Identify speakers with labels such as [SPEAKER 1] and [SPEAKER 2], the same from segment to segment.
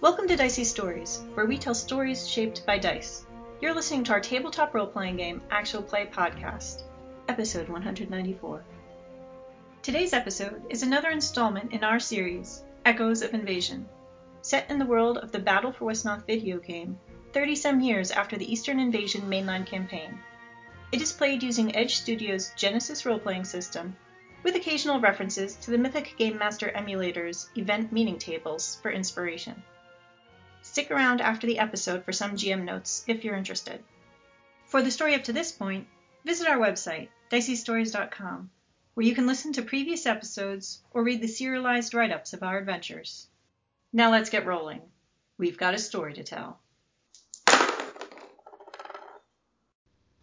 [SPEAKER 1] Welcome to Dicey Stories, where we tell stories shaped by dice. You're listening to our tabletop role playing game, Actual Play Podcast, episode 194. Today's episode is another installment in our series, Echoes of Invasion. Set in the world of the Battle for Westnoth video game, 30 some years after the Eastern Invasion mainline campaign, it is played using Edge Studios' Genesis role playing system, with occasional references to the Mythic Game Master emulator's event meaning tables for inspiration. Stick around after the episode for some GM notes if you're interested. For the story up to this point, visit our website, diceystories.com, where you can listen to previous episodes or read the serialized write ups of our adventures. Now let's get rolling. We've got a story to tell.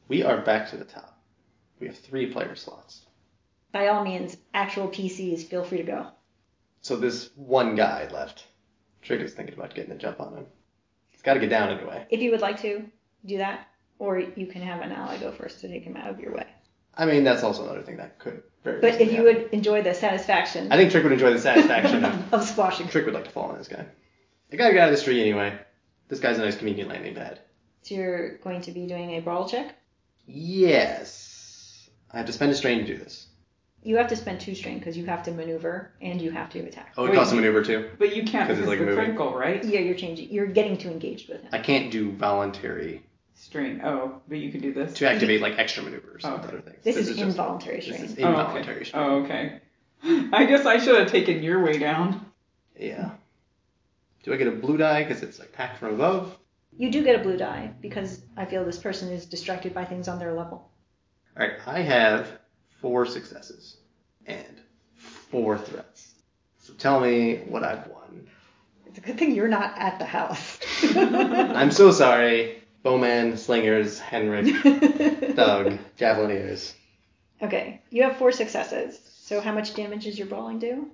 [SPEAKER 2] We are back to the top. We have three player slots.
[SPEAKER 3] by all means, actual PCs, feel free to go.
[SPEAKER 2] So this one guy left. Trick is thinking about getting a jump on him. He's got to get down anyway.
[SPEAKER 3] If you would like to, do that. Or you can have an ally go first to take him out of your way.
[SPEAKER 2] I mean, that's also another thing that could very.
[SPEAKER 3] But if
[SPEAKER 2] easily
[SPEAKER 3] you
[SPEAKER 2] happen.
[SPEAKER 3] would enjoy the satisfaction
[SPEAKER 2] I think Trick would enjoy the satisfaction. of
[SPEAKER 3] of squashing,
[SPEAKER 2] Trick would like to fall on this guy. I gotta get out of this tree anyway. This guy's a nice convenient landing pad.
[SPEAKER 3] so you're going to be doing a brawl check.
[SPEAKER 2] Yes. I have to spend a strain to do this.
[SPEAKER 3] You have to spend two strain because you have to maneuver and you have to attack.
[SPEAKER 2] Oh, it
[SPEAKER 4] Wait.
[SPEAKER 2] costs a maneuver too.
[SPEAKER 4] But you can't
[SPEAKER 2] 'Cause
[SPEAKER 4] because
[SPEAKER 2] it's like
[SPEAKER 4] the
[SPEAKER 2] moving.
[SPEAKER 4] crinkle, right?
[SPEAKER 3] Yeah, you're changing. You're getting too engaged with him.
[SPEAKER 2] I can't do voluntary
[SPEAKER 4] Strain. Oh, but you can do this.
[SPEAKER 2] to activate like extra maneuvers and
[SPEAKER 4] Oh.
[SPEAKER 2] other things.
[SPEAKER 3] This, is,
[SPEAKER 2] just-
[SPEAKER 3] involuntary
[SPEAKER 2] This
[SPEAKER 3] strain.
[SPEAKER 2] is
[SPEAKER 4] Oh, okay.
[SPEAKER 2] involuntary. strain.
[SPEAKER 4] Oh, okay. I guess I should have taken your way down.
[SPEAKER 2] Yeah. Do I get a blue die because it's like packed from above?
[SPEAKER 3] You do get a blue die because I feel this person is distracted by things on their level.
[SPEAKER 2] All right, I have four successes and four threats. So tell me what I've won.
[SPEAKER 3] It's a good thing you're not at the house.
[SPEAKER 2] I'm so sorry, bowman, slingers, Henrik, thug, javelineers.
[SPEAKER 3] okay, you have four successes. So how much damage is your brawling do?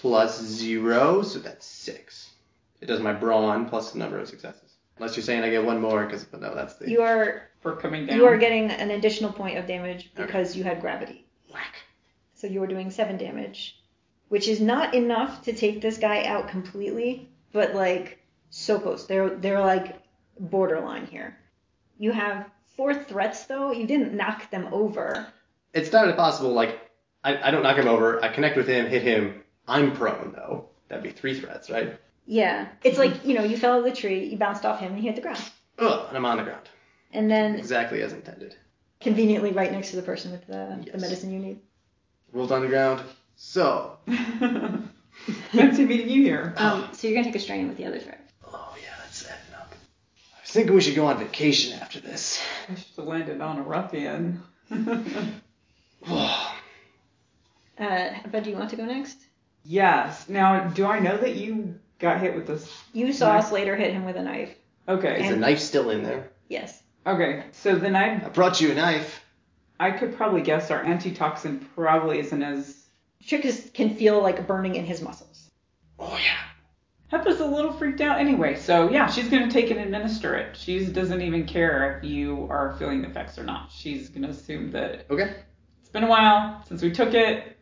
[SPEAKER 2] Plus zero, so that's six. It does my brawn plus the number of successes. Unless you're saying I get one more, because no, that's the
[SPEAKER 3] You are
[SPEAKER 4] For coming down.
[SPEAKER 3] You are getting an additional point of damage because you had gravity.
[SPEAKER 2] whack.
[SPEAKER 3] So you are doing seven damage, which is not enough to take this guy out completely, but like so close. They're they're like borderline here. You have four threats though. You didn't knock them over.
[SPEAKER 2] It's not impossible. Like I, I don't knock him over. I connect with him, hit him. I'm prone though. That'd be three threats, right?
[SPEAKER 3] Yeah. It's like, you know, you fell out of the tree, you bounced off him and you hit the ground.
[SPEAKER 2] Ugh, and I'm on the ground.
[SPEAKER 3] And then
[SPEAKER 2] Exactly as intended.
[SPEAKER 3] conveniently right next to the person with the, the
[SPEAKER 2] Yes.
[SPEAKER 3] medicine you need.
[SPEAKER 2] Rolled on the ground. So
[SPEAKER 4] Fancy meeting you here.
[SPEAKER 3] Um, so you're gonna take a strain with the other threat.
[SPEAKER 2] Oh yeah, that's adding up. I was thinking we should go on vacation after this.
[SPEAKER 4] I should have landed on a ruffian.
[SPEAKER 3] Uh, but do you want to go next?
[SPEAKER 4] yes. Now, do I know that you got hit with this?
[SPEAKER 3] You saw
[SPEAKER 4] Knife.
[SPEAKER 3] Slater hit him with a knife.
[SPEAKER 4] Okay.
[SPEAKER 2] Is the knife still in there?
[SPEAKER 3] Yes.
[SPEAKER 4] Okay. So then I
[SPEAKER 2] I brought you a knife.
[SPEAKER 4] I could probably guess our antitoxin probably isn't as
[SPEAKER 3] Trick is, can feel like burning in his muscles.
[SPEAKER 2] Oh yeah.
[SPEAKER 4] Hepa's a little freaked out anyway, so yeah, she's gonna take and administer it. She doesn't even care if you are feeling the effects or not. She's gonna assume that
[SPEAKER 2] Okay.
[SPEAKER 4] it's been a while since we took it.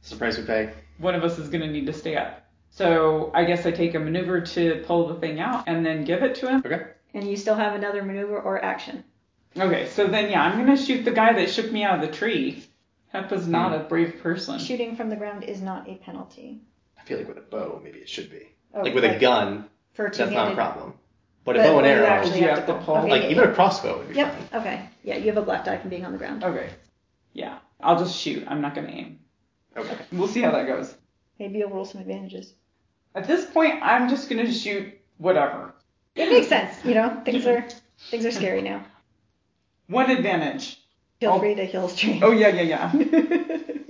[SPEAKER 2] It's the price we pay.
[SPEAKER 4] One of us is gonna need to stay up. So I guess I take a maneuver to pull the thing out and then give it to him.
[SPEAKER 2] Okay.
[SPEAKER 3] And you still have another maneuver or action.
[SPEAKER 4] Okay, so then yeah, I'm gonna shoot the guy that shook me out of the tree. Hepa's not a brave person.
[SPEAKER 3] Shooting from the ground is not a penalty.
[SPEAKER 2] I feel like with a bow, maybe it should be.
[SPEAKER 3] Oh,
[SPEAKER 2] like with a gun,
[SPEAKER 3] For
[SPEAKER 2] that's not a
[SPEAKER 3] two-handed-
[SPEAKER 2] problem. But a
[SPEAKER 3] but
[SPEAKER 2] bow and
[SPEAKER 3] you
[SPEAKER 2] arrow,
[SPEAKER 3] actually
[SPEAKER 4] You
[SPEAKER 3] have
[SPEAKER 4] have
[SPEAKER 3] to
[SPEAKER 4] to
[SPEAKER 3] pull.
[SPEAKER 4] pull.
[SPEAKER 3] Okay,
[SPEAKER 2] like
[SPEAKER 3] yeah,
[SPEAKER 2] even
[SPEAKER 3] yeah.
[SPEAKER 2] a crossbow would be
[SPEAKER 3] Yep.
[SPEAKER 2] fine.
[SPEAKER 3] Okay. Yeah, you have a black die from being on the ground.
[SPEAKER 4] Okay. Yeah. I'll just shoot. I'm not gonna aim.
[SPEAKER 2] Okay.
[SPEAKER 4] We'll see how that goes.
[SPEAKER 3] Maybe you'll roll some advantages.
[SPEAKER 4] At this point, I'm just gonna shoot whatever.
[SPEAKER 3] It makes sense, you know. Things are things are scary now.
[SPEAKER 4] One advantage.
[SPEAKER 3] Feel
[SPEAKER 4] Oh.
[SPEAKER 3] free to heal strain.
[SPEAKER 4] Oh yeah, yeah, yeah.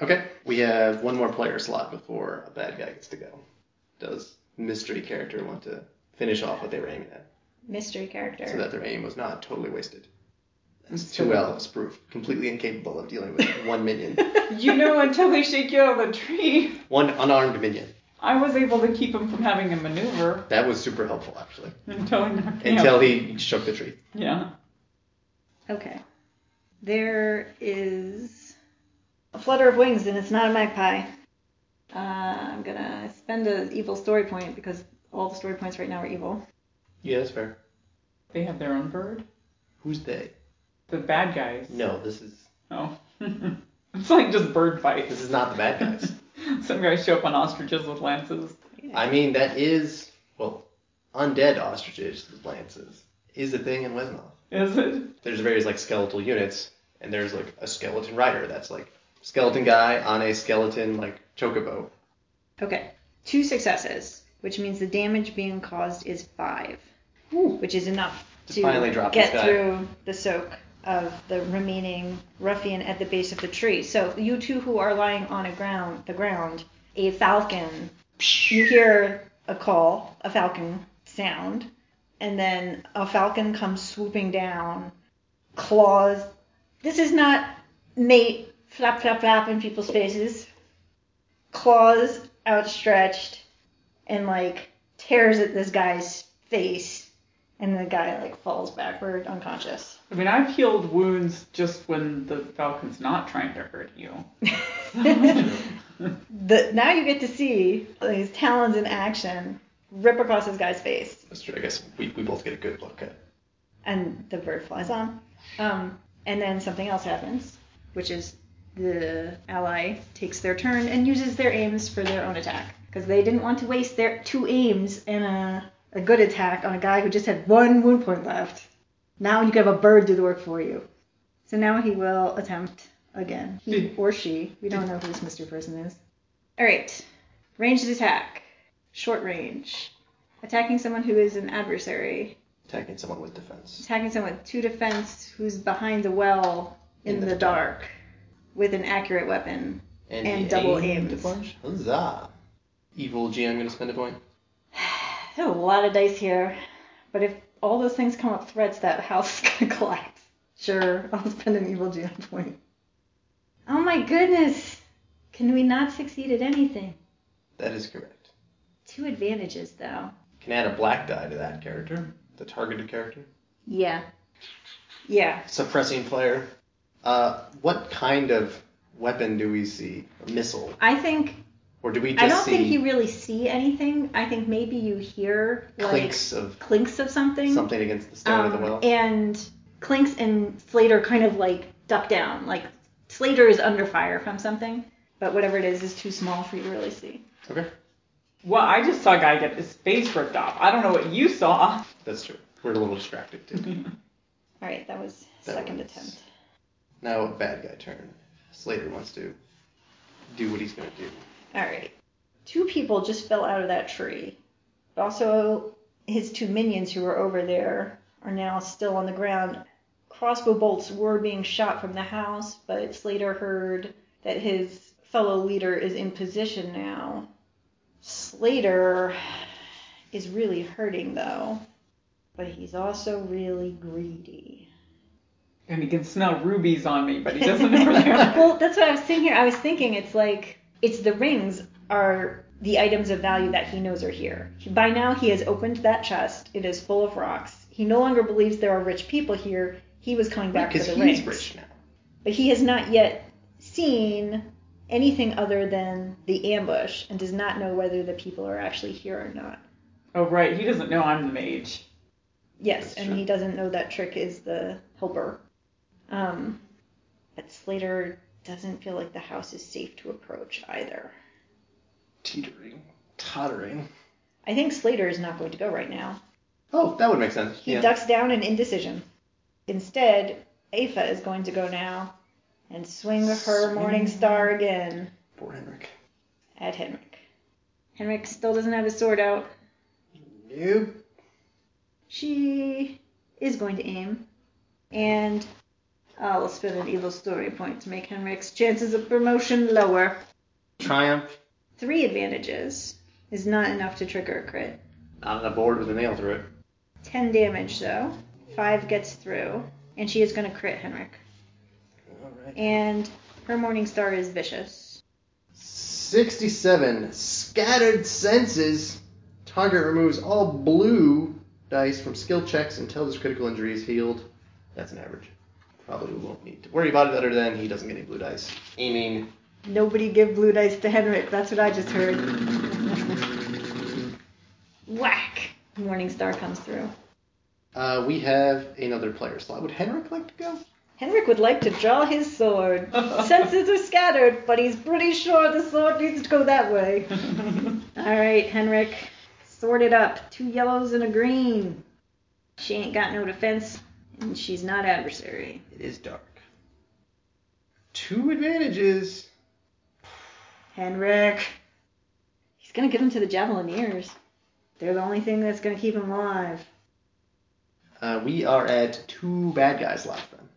[SPEAKER 2] Okay. We have one more player slot before a bad guy gets to go. Does mystery character want to finish off what they were aiming at
[SPEAKER 3] Mystery character.
[SPEAKER 2] so that their aim was not totally wasted? That's two elves proof completely incapable of dealing with one minion,
[SPEAKER 4] you know, until they shake you out of the tree,
[SPEAKER 2] one unarmed minion.
[SPEAKER 4] I was able to keep him from having a maneuver
[SPEAKER 2] That was super helpful, actually.
[SPEAKER 4] until he knocked me
[SPEAKER 2] Until
[SPEAKER 4] out.
[SPEAKER 2] he shook the tree.
[SPEAKER 4] Yeah.
[SPEAKER 3] Okay. There is a flutter of wings, and it's not a magpie. Uh, I'm gonna spend an evil story point because all the story points right now are evil.
[SPEAKER 2] Yeah, that's fair.
[SPEAKER 4] They have their own bird.
[SPEAKER 2] Who's they?
[SPEAKER 4] The bad guys.
[SPEAKER 2] No, this is
[SPEAKER 4] Oh. it's like just bird
[SPEAKER 2] this
[SPEAKER 4] fights.
[SPEAKER 2] is not the bad guys.
[SPEAKER 4] Some guys show up on ostriches with lances.
[SPEAKER 2] I mean, that is well, undead ostriches with lances is a thing in Wesnoth.
[SPEAKER 4] Is it?
[SPEAKER 2] There's various like skeletal units, and there's like a skeleton rider that's like skeleton guy on a skeleton like chocobo.
[SPEAKER 3] Okay, two successes, which means the damage being caused is five, which is enough
[SPEAKER 2] To
[SPEAKER 3] to,
[SPEAKER 2] finally drop
[SPEAKER 3] get
[SPEAKER 2] this guy.
[SPEAKER 3] through the soak of the remaining ruffian at the base of the tree. So you two who are lying on a ground, the ground, a falcon. You hear a call, a falcon sound, and then a falcon comes swooping down, claws. This is not mate flap flap flap in people's faces claws outstretched and like tears at this guy's face and the guy like falls backward unconscious
[SPEAKER 4] I mean, I've healed wounds just when the falcon's not trying to hurt you.
[SPEAKER 3] the, now you get to see his talons in action rip across this guy's face
[SPEAKER 2] That's true. I guess we, we both get a good look at.
[SPEAKER 3] and the bird flies on um, and then something else happens which is the ally takes their turn and uses their aims for their own attack because they didn't want to waste their two aims and a, a good attack on a guy who just had one wound point left now you can have a bird do the work for you so now he will attempt again he or she we don't know who this mystery person is all right ranged attack short range attacking someone who is an adversary
[SPEAKER 2] attacking someone with defense.
[SPEAKER 3] attacking someone with two defense who's behind the well in,
[SPEAKER 2] In the
[SPEAKER 3] the, dark with an accurate weapon. And
[SPEAKER 2] he
[SPEAKER 3] double
[SPEAKER 2] aimed
[SPEAKER 3] aims.
[SPEAKER 2] a bunch. Huzzah! Evil G, I'm gonna spend a point.
[SPEAKER 3] There's a lot of dice here, but if all those things come up threats, that house is gonna collapse. Sure, I'll spend an evil GM point. Oh my goodness! Can we not succeed at anything?
[SPEAKER 2] That is correct.
[SPEAKER 3] Two advantages though.
[SPEAKER 2] Can add a black die to that character, the targeted character.
[SPEAKER 3] Yeah. Yeah.
[SPEAKER 2] Suppressing flare. Uh, what kind of weapon do we see? A missile,
[SPEAKER 3] I think
[SPEAKER 2] or do we just
[SPEAKER 3] I don't
[SPEAKER 2] see
[SPEAKER 3] think you really see anything. I think maybe you hear like
[SPEAKER 2] clinks of
[SPEAKER 3] clinks of something.
[SPEAKER 2] something against the stone of the
[SPEAKER 3] Um,
[SPEAKER 2] well?
[SPEAKER 3] And Clinks and Slater kind of like duck down. Like Slater is under fire from something, but whatever it is is too small for you to really see.
[SPEAKER 2] Okay,
[SPEAKER 4] Well, I just saw a guy get his face ripped off. I don't know what you saw.
[SPEAKER 2] that's true. We're a little distracted too.
[SPEAKER 3] All right, that was
[SPEAKER 2] That
[SPEAKER 3] second
[SPEAKER 2] was-
[SPEAKER 3] attempt.
[SPEAKER 2] now a bad guy turn. Slater wants to do what he's gonna do.
[SPEAKER 3] All right, two people just fell out of that tree. But also, his two minions who were over there are now still on the ground. Crossbow bolts were being shot from the house, but Slater heard that his fellow leader is in position now. Slater is really hurting though, but he's also really greedy.
[SPEAKER 4] And he can smell rubies on me, but he doesn't know where they are.
[SPEAKER 3] Well, that's what I was sitting here. I was thinking it's like it's the rings are the items of value that he knows are here. By now he has opened that chest. It is full of rocks. He no longer believes there are rich people here. He was coming back for
[SPEAKER 2] Because
[SPEAKER 3] the
[SPEAKER 2] he's
[SPEAKER 3] rings.
[SPEAKER 2] rich now.
[SPEAKER 3] But he has not yet seen anything other than the ambush and does not know whether the people are actually here or not.
[SPEAKER 4] Oh, right. He doesn't know I'm the mage.
[SPEAKER 3] Yes,
[SPEAKER 2] That's
[SPEAKER 3] and
[SPEAKER 2] true.
[SPEAKER 3] he doesn't know that trick is the helper. Um, but Slater doesn't feel like the house is safe to approach either.
[SPEAKER 2] Teetering, tottering.
[SPEAKER 3] I think Slater is not going to go right now.
[SPEAKER 2] Oh, that would make sense.
[SPEAKER 3] He
[SPEAKER 2] yeah.
[SPEAKER 3] ducks down in indecision. Instead, Afa is going to go now and swing her
[SPEAKER 2] Swing.
[SPEAKER 3] Morning Star again
[SPEAKER 2] Poor Henrik.
[SPEAKER 3] at Henrik. Henrik still doesn't have his sword out.
[SPEAKER 2] Nope.
[SPEAKER 3] She is going to aim. And I'll spend an evil story point to make Henrik's chances of promotion lower.
[SPEAKER 2] Triumph.
[SPEAKER 3] Three advantages is not enough to trigger a crit.
[SPEAKER 2] Not on the board with a nail through it.
[SPEAKER 3] 10 damage, though. 5 gets through. And she is going to crit Henrik.
[SPEAKER 2] Alright.
[SPEAKER 3] And her morning star is vicious.
[SPEAKER 2] 67. Scattered senses. Target removes all blue dice from skill checks until this critical injury is healed. That's an average. Probably we won't need to worry about it other than he doesn't get any blue dice. Aiming.
[SPEAKER 3] Nobody give blue dice to Henrik. That's what I just heard. Wow, Morning Star comes through.
[SPEAKER 2] Uh, we have another player slot. Would Henrik like to go?
[SPEAKER 3] Henrik would like to draw his sword. Senses are scattered, but he's pretty sure the sword needs to go that way. All right, Henrik, sort it up. Two yellows and a green. She ain't got no defense, and she's not adversary.
[SPEAKER 2] It is dark. Two advantages.
[SPEAKER 3] Henrik, he's gonna give him to the javelineers. They're the only thing that's gonna keep him alive.
[SPEAKER 2] Uh, we are at two bad guys left then.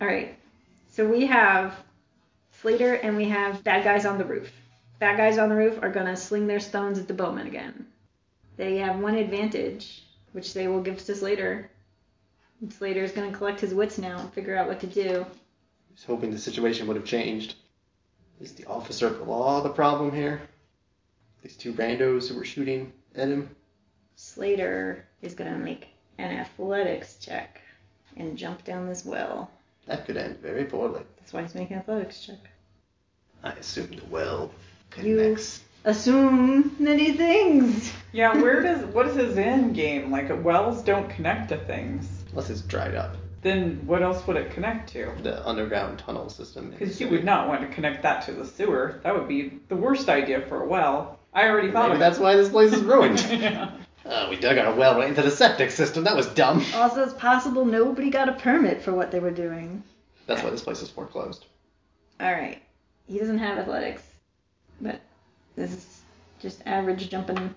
[SPEAKER 3] All right. So we have Slater and we have bad guys on the roof. Bad guys on the roof are going to sling their stones at the bowmen again. They have one advantage, which they will give to Slater. And Slater is going to collect his wits now and figure out what to do.
[SPEAKER 2] I was hoping the situation would have changed. Is the officer of the law the problem here? These two randos who were shooting at him?
[SPEAKER 3] Slater is going to make an athletics check and jump down this well.
[SPEAKER 2] That could end very poorly.
[SPEAKER 3] That's why he's making an athletics check.
[SPEAKER 2] I assume the well
[SPEAKER 3] You-
[SPEAKER 2] connects.
[SPEAKER 3] Assume many things.
[SPEAKER 4] Yeah, where does what is his end game? Like wells don't connect to things.
[SPEAKER 2] Unless it's dried up.
[SPEAKER 4] Then what else would it connect to?
[SPEAKER 2] The underground tunnel system.
[SPEAKER 4] Because you would not want to connect that to the sewer. That would be the worst idea for a well. I already thought
[SPEAKER 2] Maybe
[SPEAKER 4] of
[SPEAKER 2] that's why this place is ruined.
[SPEAKER 4] that.
[SPEAKER 2] Uh, we dug our well right into the septic system. That was dumb.
[SPEAKER 3] Also, it's possible nobody got a permit for what they were doing.
[SPEAKER 2] That's why this place is foreclosed.
[SPEAKER 3] All right. He doesn't have athletics, but this is just average jumping.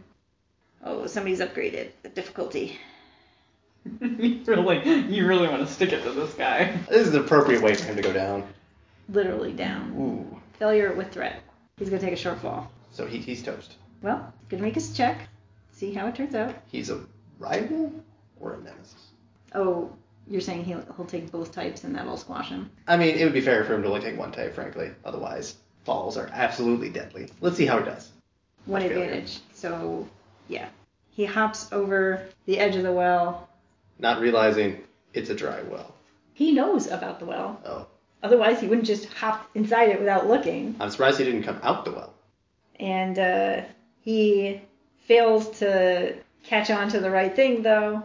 [SPEAKER 3] Oh, somebody's upgraded the difficulty.
[SPEAKER 4] you really, you really want to stick it to this guy.
[SPEAKER 2] This is an appropriate way for him to go down.
[SPEAKER 3] Literally down.
[SPEAKER 2] Ooh.
[SPEAKER 3] Failure with threat. He's gonna take a short fall.
[SPEAKER 2] So he, he's toast.
[SPEAKER 3] Well, he's gonna make his check. See how it turns out.
[SPEAKER 2] He's a rival or a nemesis?
[SPEAKER 3] Oh, you're saying he'll, he'll take both types and that'll squash him.
[SPEAKER 2] I mean, it would be fair for him to only take one type, frankly. Otherwise, falls are absolutely deadly. Let's see how he does.
[SPEAKER 3] One
[SPEAKER 2] Failure.
[SPEAKER 3] advantage. So, yeah. He hops over the edge of the well.
[SPEAKER 2] Not realizing it's a dry well.
[SPEAKER 3] He knows about the well.
[SPEAKER 2] Oh.
[SPEAKER 3] Otherwise, he wouldn't just hop inside it without looking.
[SPEAKER 2] I'm surprised he didn't come out the well.
[SPEAKER 3] and uh, he fails to catch on to the right thing though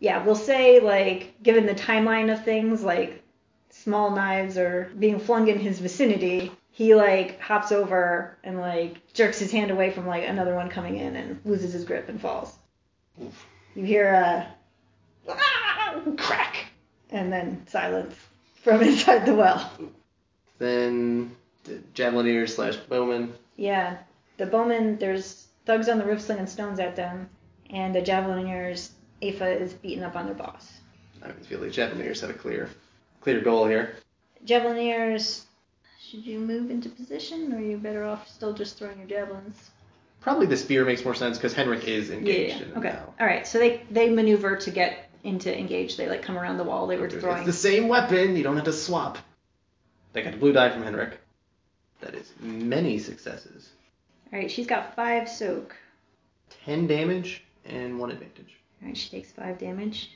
[SPEAKER 3] yeah we'll say like given the timeline of things like small knives are being flung in his vicinity he like hops over and like jerks his hand away from like another one coming in and loses his grip and falls you hear a "Ah!" crack and then silence from inside the well
[SPEAKER 2] Then the javelineer slash bowman.
[SPEAKER 3] Yeah. The bowmen, there's thugs on the roof slinging stones at them, and the javelineers, Afa is beating up on their boss.
[SPEAKER 2] I don't feel like javelineers had a clear, clear goal here.
[SPEAKER 3] Javelineers, should you move into position, or are you better off still just throwing your javelins?
[SPEAKER 2] Probably the spear makes more sense because Henrik is engaged in it
[SPEAKER 3] Okay.
[SPEAKER 2] now.
[SPEAKER 3] All right. So they they maneuver to get into engage. They like come around the wall. They were throwing.
[SPEAKER 2] It's the same weapon. You don't have to swap. They got a blue die from Henrik. That is many successes.
[SPEAKER 3] All right. She's got five soak.
[SPEAKER 2] Ten damage and one advantage.
[SPEAKER 3] All right. She takes five damage.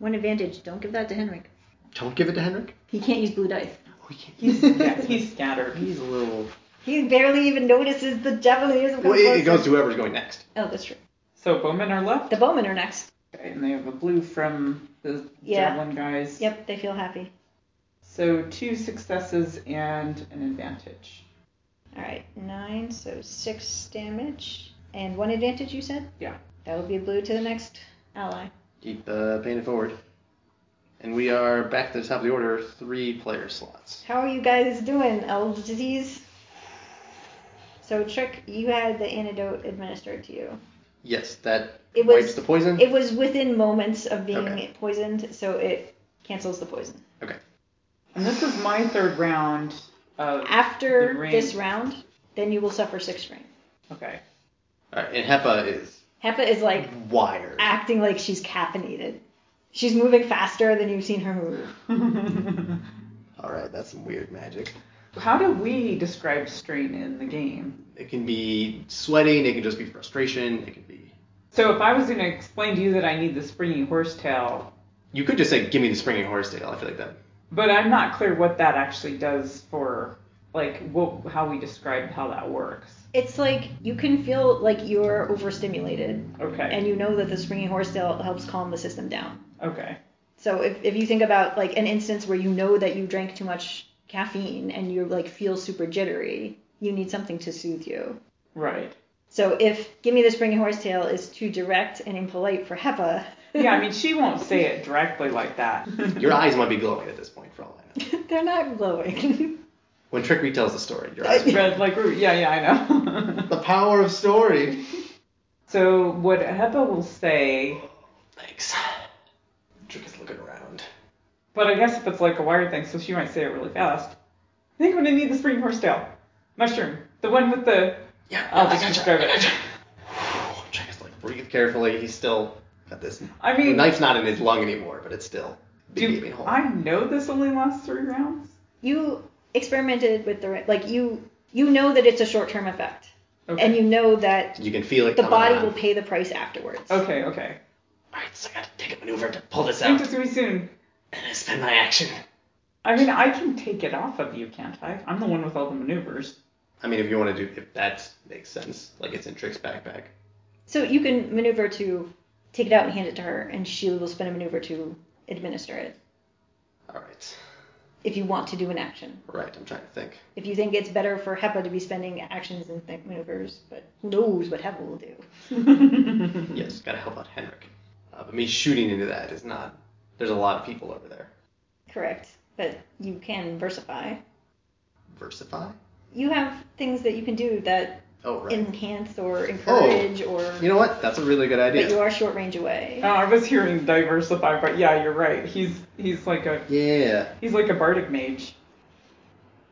[SPEAKER 3] One advantage. Don't give that to Henrik.
[SPEAKER 2] Don't give it to Henrik.
[SPEAKER 3] He can't use blue dice.
[SPEAKER 2] Oh, he
[SPEAKER 4] He's,
[SPEAKER 2] can't.
[SPEAKER 4] yeah, he's scattered.
[SPEAKER 2] he's a little.
[SPEAKER 3] He barely even notices the javelineers. have come
[SPEAKER 2] Well, it, it
[SPEAKER 3] closer.
[SPEAKER 2] goes to whoever's going next.
[SPEAKER 3] Oh, that's true.
[SPEAKER 4] So bowmen are left,
[SPEAKER 3] The bowmen are next.
[SPEAKER 4] and they have a blue from the
[SPEAKER 3] Yeah.
[SPEAKER 4] javelin guys.
[SPEAKER 3] Yep, they feel happy.
[SPEAKER 4] So two successes and an advantage.
[SPEAKER 3] All right, nine, so six damage. And one advantage, you said?
[SPEAKER 4] Yeah.
[SPEAKER 3] That would be blue to the next ally.
[SPEAKER 2] Keep uh, paying it forward. And we are back to the top of the order. Three player slots.
[SPEAKER 3] How are you guys doing, old disease? So, Trick, you had the antidote administered to you.
[SPEAKER 2] Yes, that
[SPEAKER 3] It was-
[SPEAKER 2] wipes the poison.
[SPEAKER 3] It was within moments of being
[SPEAKER 2] Okay.
[SPEAKER 3] poisoned, so it cancels the poison.
[SPEAKER 4] And this is my third round of The
[SPEAKER 3] After
[SPEAKER 4] ring.
[SPEAKER 3] this round, then you will suffer six strain.
[SPEAKER 4] okay.
[SPEAKER 2] All right, and HEPA is
[SPEAKER 3] Hepa is like ah.
[SPEAKER 2] wired.
[SPEAKER 3] acting like she's caffeinated. She's moving faster than you've seen her move.
[SPEAKER 2] All right, that's some weird magic.
[SPEAKER 4] How do we describe strain in the game?
[SPEAKER 2] It can be sweating. It can just be frustration. It can be.
[SPEAKER 4] So if I was going to explain to you that I need the springy horsetail,
[SPEAKER 2] You could just say, "Give me the springing horse tail." I feel like that.
[SPEAKER 4] but I'm not clear what that actually does for like what how we described how that works.
[SPEAKER 3] It's like you can feel like you're overstimulated,
[SPEAKER 4] Okay.
[SPEAKER 3] and you know that the springy horse tail helps calm the system down.
[SPEAKER 4] Okay.
[SPEAKER 3] So if, if you think about like an instance where you know that you drank too much caffeine and you like feel super jittery, you need something to soothe you.
[SPEAKER 4] Right.
[SPEAKER 3] So if give me the springy horsetail is too direct and impolite for Hepa,
[SPEAKER 4] Yeah, I mean she won't say it directly like that.
[SPEAKER 2] Your eyes might be glowing at this point, for all I know.
[SPEAKER 3] they're not glowing.
[SPEAKER 2] When Trick retells the story, your eyes. Are...
[SPEAKER 4] Red like yeah, yeah, I know.
[SPEAKER 2] the power of story.
[SPEAKER 4] so what Hepa will say
[SPEAKER 2] Thanks. Trick is looking around.
[SPEAKER 4] But I guess if it's like a wired thing, so she might say it really fast. I think I'm gonna need the spring horsetail. Mushroom. The one with the
[SPEAKER 2] Yeah,
[SPEAKER 4] I'll
[SPEAKER 2] I
[SPEAKER 4] just
[SPEAKER 2] gotcha,
[SPEAKER 4] describe
[SPEAKER 2] I
[SPEAKER 4] it.
[SPEAKER 2] gotcha. Trick is like breathe carefully. He's still got this.
[SPEAKER 4] I
[SPEAKER 2] The
[SPEAKER 4] mean
[SPEAKER 2] knife's not in his lung anymore, but it's still big gaping
[SPEAKER 4] do
[SPEAKER 2] hole.
[SPEAKER 4] I know this only lasts three rounds?
[SPEAKER 3] you experimented with the like you you know that it's a short term effect,
[SPEAKER 4] Okay.
[SPEAKER 3] and you know that
[SPEAKER 2] You can feel it.
[SPEAKER 3] the
[SPEAKER 2] coming
[SPEAKER 3] body
[SPEAKER 2] on.
[SPEAKER 3] will pay the price afterwards.
[SPEAKER 4] Okay, okay.
[SPEAKER 2] All right, so I gotta take a maneuver to pull this
[SPEAKER 4] I think
[SPEAKER 2] out
[SPEAKER 4] it's gonna be soon.
[SPEAKER 2] and I spend my action.
[SPEAKER 4] I mean I can take it off of you, can't I? I'm the one with all the maneuvers.
[SPEAKER 2] I mean, if you want to do, if that makes sense, like it's in Trick's backpack.
[SPEAKER 3] So you can maneuver to take it out and hand it to her, and she will spin a maneuver to administer it
[SPEAKER 2] All right,
[SPEAKER 3] if you want to do an action.
[SPEAKER 2] right. I'm trying to think.
[SPEAKER 3] If you think it's better for HEPA to be spending actions and think maneuvers, but who knows what HEPA will do.
[SPEAKER 2] Yes, gotta help out Henrik. Uh, but me shooting into that is not. There's a lot of people over there.
[SPEAKER 3] Correct. But you can versify.
[SPEAKER 2] Versify.
[SPEAKER 3] You have things that you can do that
[SPEAKER 2] Oh right.
[SPEAKER 3] enhance or encourage or
[SPEAKER 2] you know what? That's a really good
[SPEAKER 3] but you
[SPEAKER 2] idea.
[SPEAKER 3] are short range away.
[SPEAKER 4] Uh, I was hearing diversify, but yeah, you're right. He's he's like a
[SPEAKER 2] Yeah.
[SPEAKER 4] he's like a bardic mage.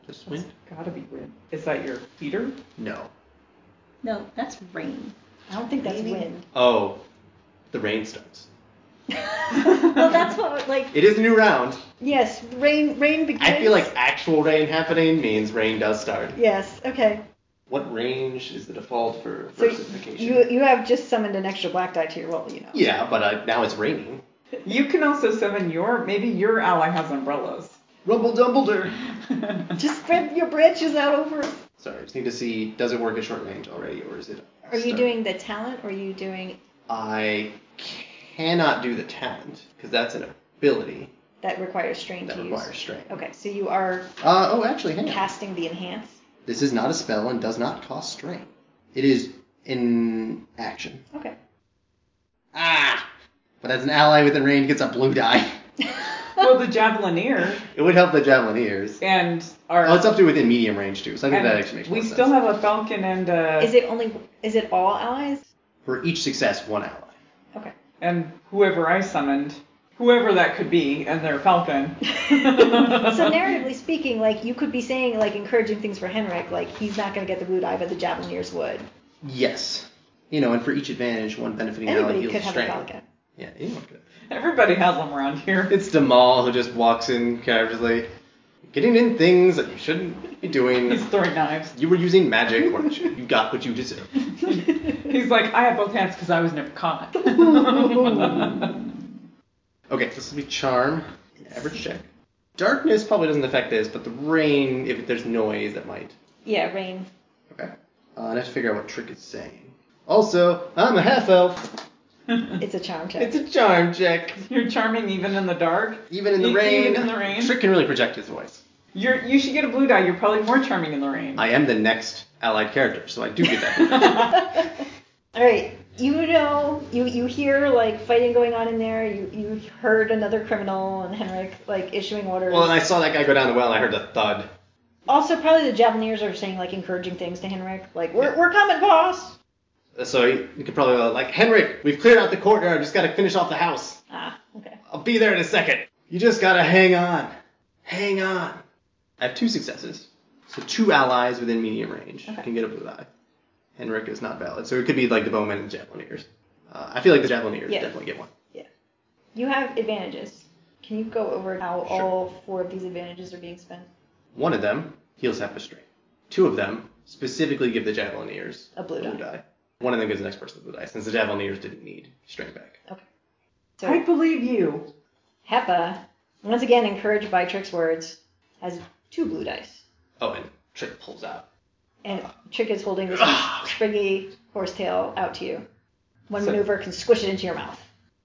[SPEAKER 2] Just
[SPEAKER 4] It's gotta be wind. Is that your feeder?
[SPEAKER 2] No.
[SPEAKER 3] no, that's rain. I don't think that's
[SPEAKER 2] Maybe.
[SPEAKER 3] wind.
[SPEAKER 2] Oh, the rain starts.
[SPEAKER 3] Well, that's what like
[SPEAKER 2] It is a new round.
[SPEAKER 3] yes, rain rain begins.
[SPEAKER 2] I feel like actual rain happening means rain does start.
[SPEAKER 3] yes. Okay.
[SPEAKER 2] What range is the default for
[SPEAKER 3] So
[SPEAKER 2] versification?
[SPEAKER 3] you you have just summoned an extra black die to your roll, you know.
[SPEAKER 2] yeah, but uh, now it's raining.
[SPEAKER 4] You can also summon your maybe your ally has umbrellas.
[SPEAKER 2] Rumble Dumbledore.
[SPEAKER 3] Just spread your branches out over.
[SPEAKER 2] Sorry, I just need to see does it work at short range already, or is it?
[SPEAKER 3] Are you doing the talent? Or are you doing
[SPEAKER 2] I cannot do the talent because that's an ability
[SPEAKER 3] that requires strain
[SPEAKER 2] that
[SPEAKER 3] to
[SPEAKER 2] requires
[SPEAKER 3] use?
[SPEAKER 2] strength.
[SPEAKER 3] Okay, so you are
[SPEAKER 2] Uh, oh, actually, hang on.
[SPEAKER 3] casting the enhance.
[SPEAKER 2] This is not a spell and does not cost strain. It is in action.
[SPEAKER 3] Okay.
[SPEAKER 2] Ah! But as an ally within range gets a blue die.
[SPEAKER 4] well, the javelineer
[SPEAKER 2] It would help the javelineers.
[SPEAKER 4] and our
[SPEAKER 2] Oh, it's up to within medium range too, so I think
[SPEAKER 4] and
[SPEAKER 2] that actually makes
[SPEAKER 4] we
[SPEAKER 2] more sense.
[SPEAKER 4] still have a falcon and uh
[SPEAKER 3] Is it only? Is it all allies?
[SPEAKER 2] For each success, one ally.
[SPEAKER 3] Okay.
[SPEAKER 4] and whoever I summoned, whoever that could be, and their falcon.
[SPEAKER 3] So narratively speaking, like you could be saying like encouraging things for Henrik, like he's not going to get the blue die, but the javelineers would.
[SPEAKER 2] Yes. You know, and for each advantage, one benefiting ally
[SPEAKER 3] Anybody
[SPEAKER 2] heals
[SPEAKER 3] could have
[SPEAKER 2] strain.
[SPEAKER 3] a falcon.
[SPEAKER 2] Yeah, anyone could.
[SPEAKER 4] Everybody has them around here.
[SPEAKER 2] It's Damal who just walks in casually, getting in things that you shouldn't be doing.
[SPEAKER 4] He's throwing knives.
[SPEAKER 2] You were using magic, weren't you? You got what you deserve.
[SPEAKER 4] He's like, I have both hands because I was never caught.
[SPEAKER 2] Okay, this will be charm. An average check. Darkness probably doesn't affect this, but the rain, if there's noise, that might.
[SPEAKER 3] Yeah, rain.
[SPEAKER 2] Okay. Uh, I have to figure out what trick is saying. Also, I'm a half elf.
[SPEAKER 3] It's a charm check.
[SPEAKER 2] It's a charm check.
[SPEAKER 4] You're charming even in the dark.
[SPEAKER 2] Even in the
[SPEAKER 4] E-
[SPEAKER 2] rain.
[SPEAKER 4] Even in the rain.
[SPEAKER 2] Trick can really project his voice.
[SPEAKER 4] You're you should get a blue die. You're probably more charming in the rain.
[SPEAKER 2] I am the next allied character, so I do get that.
[SPEAKER 3] All right, you know, you you hear like fighting going on in there. You you heard another criminal and Henrik like issuing orders.
[SPEAKER 2] well, and I saw that guy go down the well, and I heard the thud.
[SPEAKER 3] also, probably the Javelineers are saying like encouraging things to Henrik, like we're
[SPEAKER 2] Yeah.
[SPEAKER 3] we're coming, boss.
[SPEAKER 2] So you you could probably go like, Henrik, we've cleared out the courtyard. Just gotta finish off the house.
[SPEAKER 3] Ah, okay.
[SPEAKER 2] I'll be there in a second. You just gotta hang on, hang on. I have two successes, so two allies within medium range
[SPEAKER 3] Okay.
[SPEAKER 2] can get a blue eye. Henrik is not valid, so it could be like the bowmen and the javelineers. Uh, I feel like the javelineers
[SPEAKER 3] Yeah.
[SPEAKER 2] definitely get one.
[SPEAKER 3] You have advantages. Can you go over how
[SPEAKER 2] Sure.
[SPEAKER 3] all four of these advantages are being spent?
[SPEAKER 2] One of them heals half a strain. Two of them specifically give the javelineers
[SPEAKER 3] A blue die.
[SPEAKER 2] One of them gives the next person a blue die, since the javelineers didn't need strain back.
[SPEAKER 3] So
[SPEAKER 4] I believe you.
[SPEAKER 3] Hepa, once again encouraged by Trick's words, has two blue dice.
[SPEAKER 2] Oh, and Trick pulls out.
[SPEAKER 3] And Trick is holding this
[SPEAKER 2] Ah.
[SPEAKER 3] springy horsetail out to you. One
[SPEAKER 4] So-
[SPEAKER 3] maneuver can squish it into your mouth.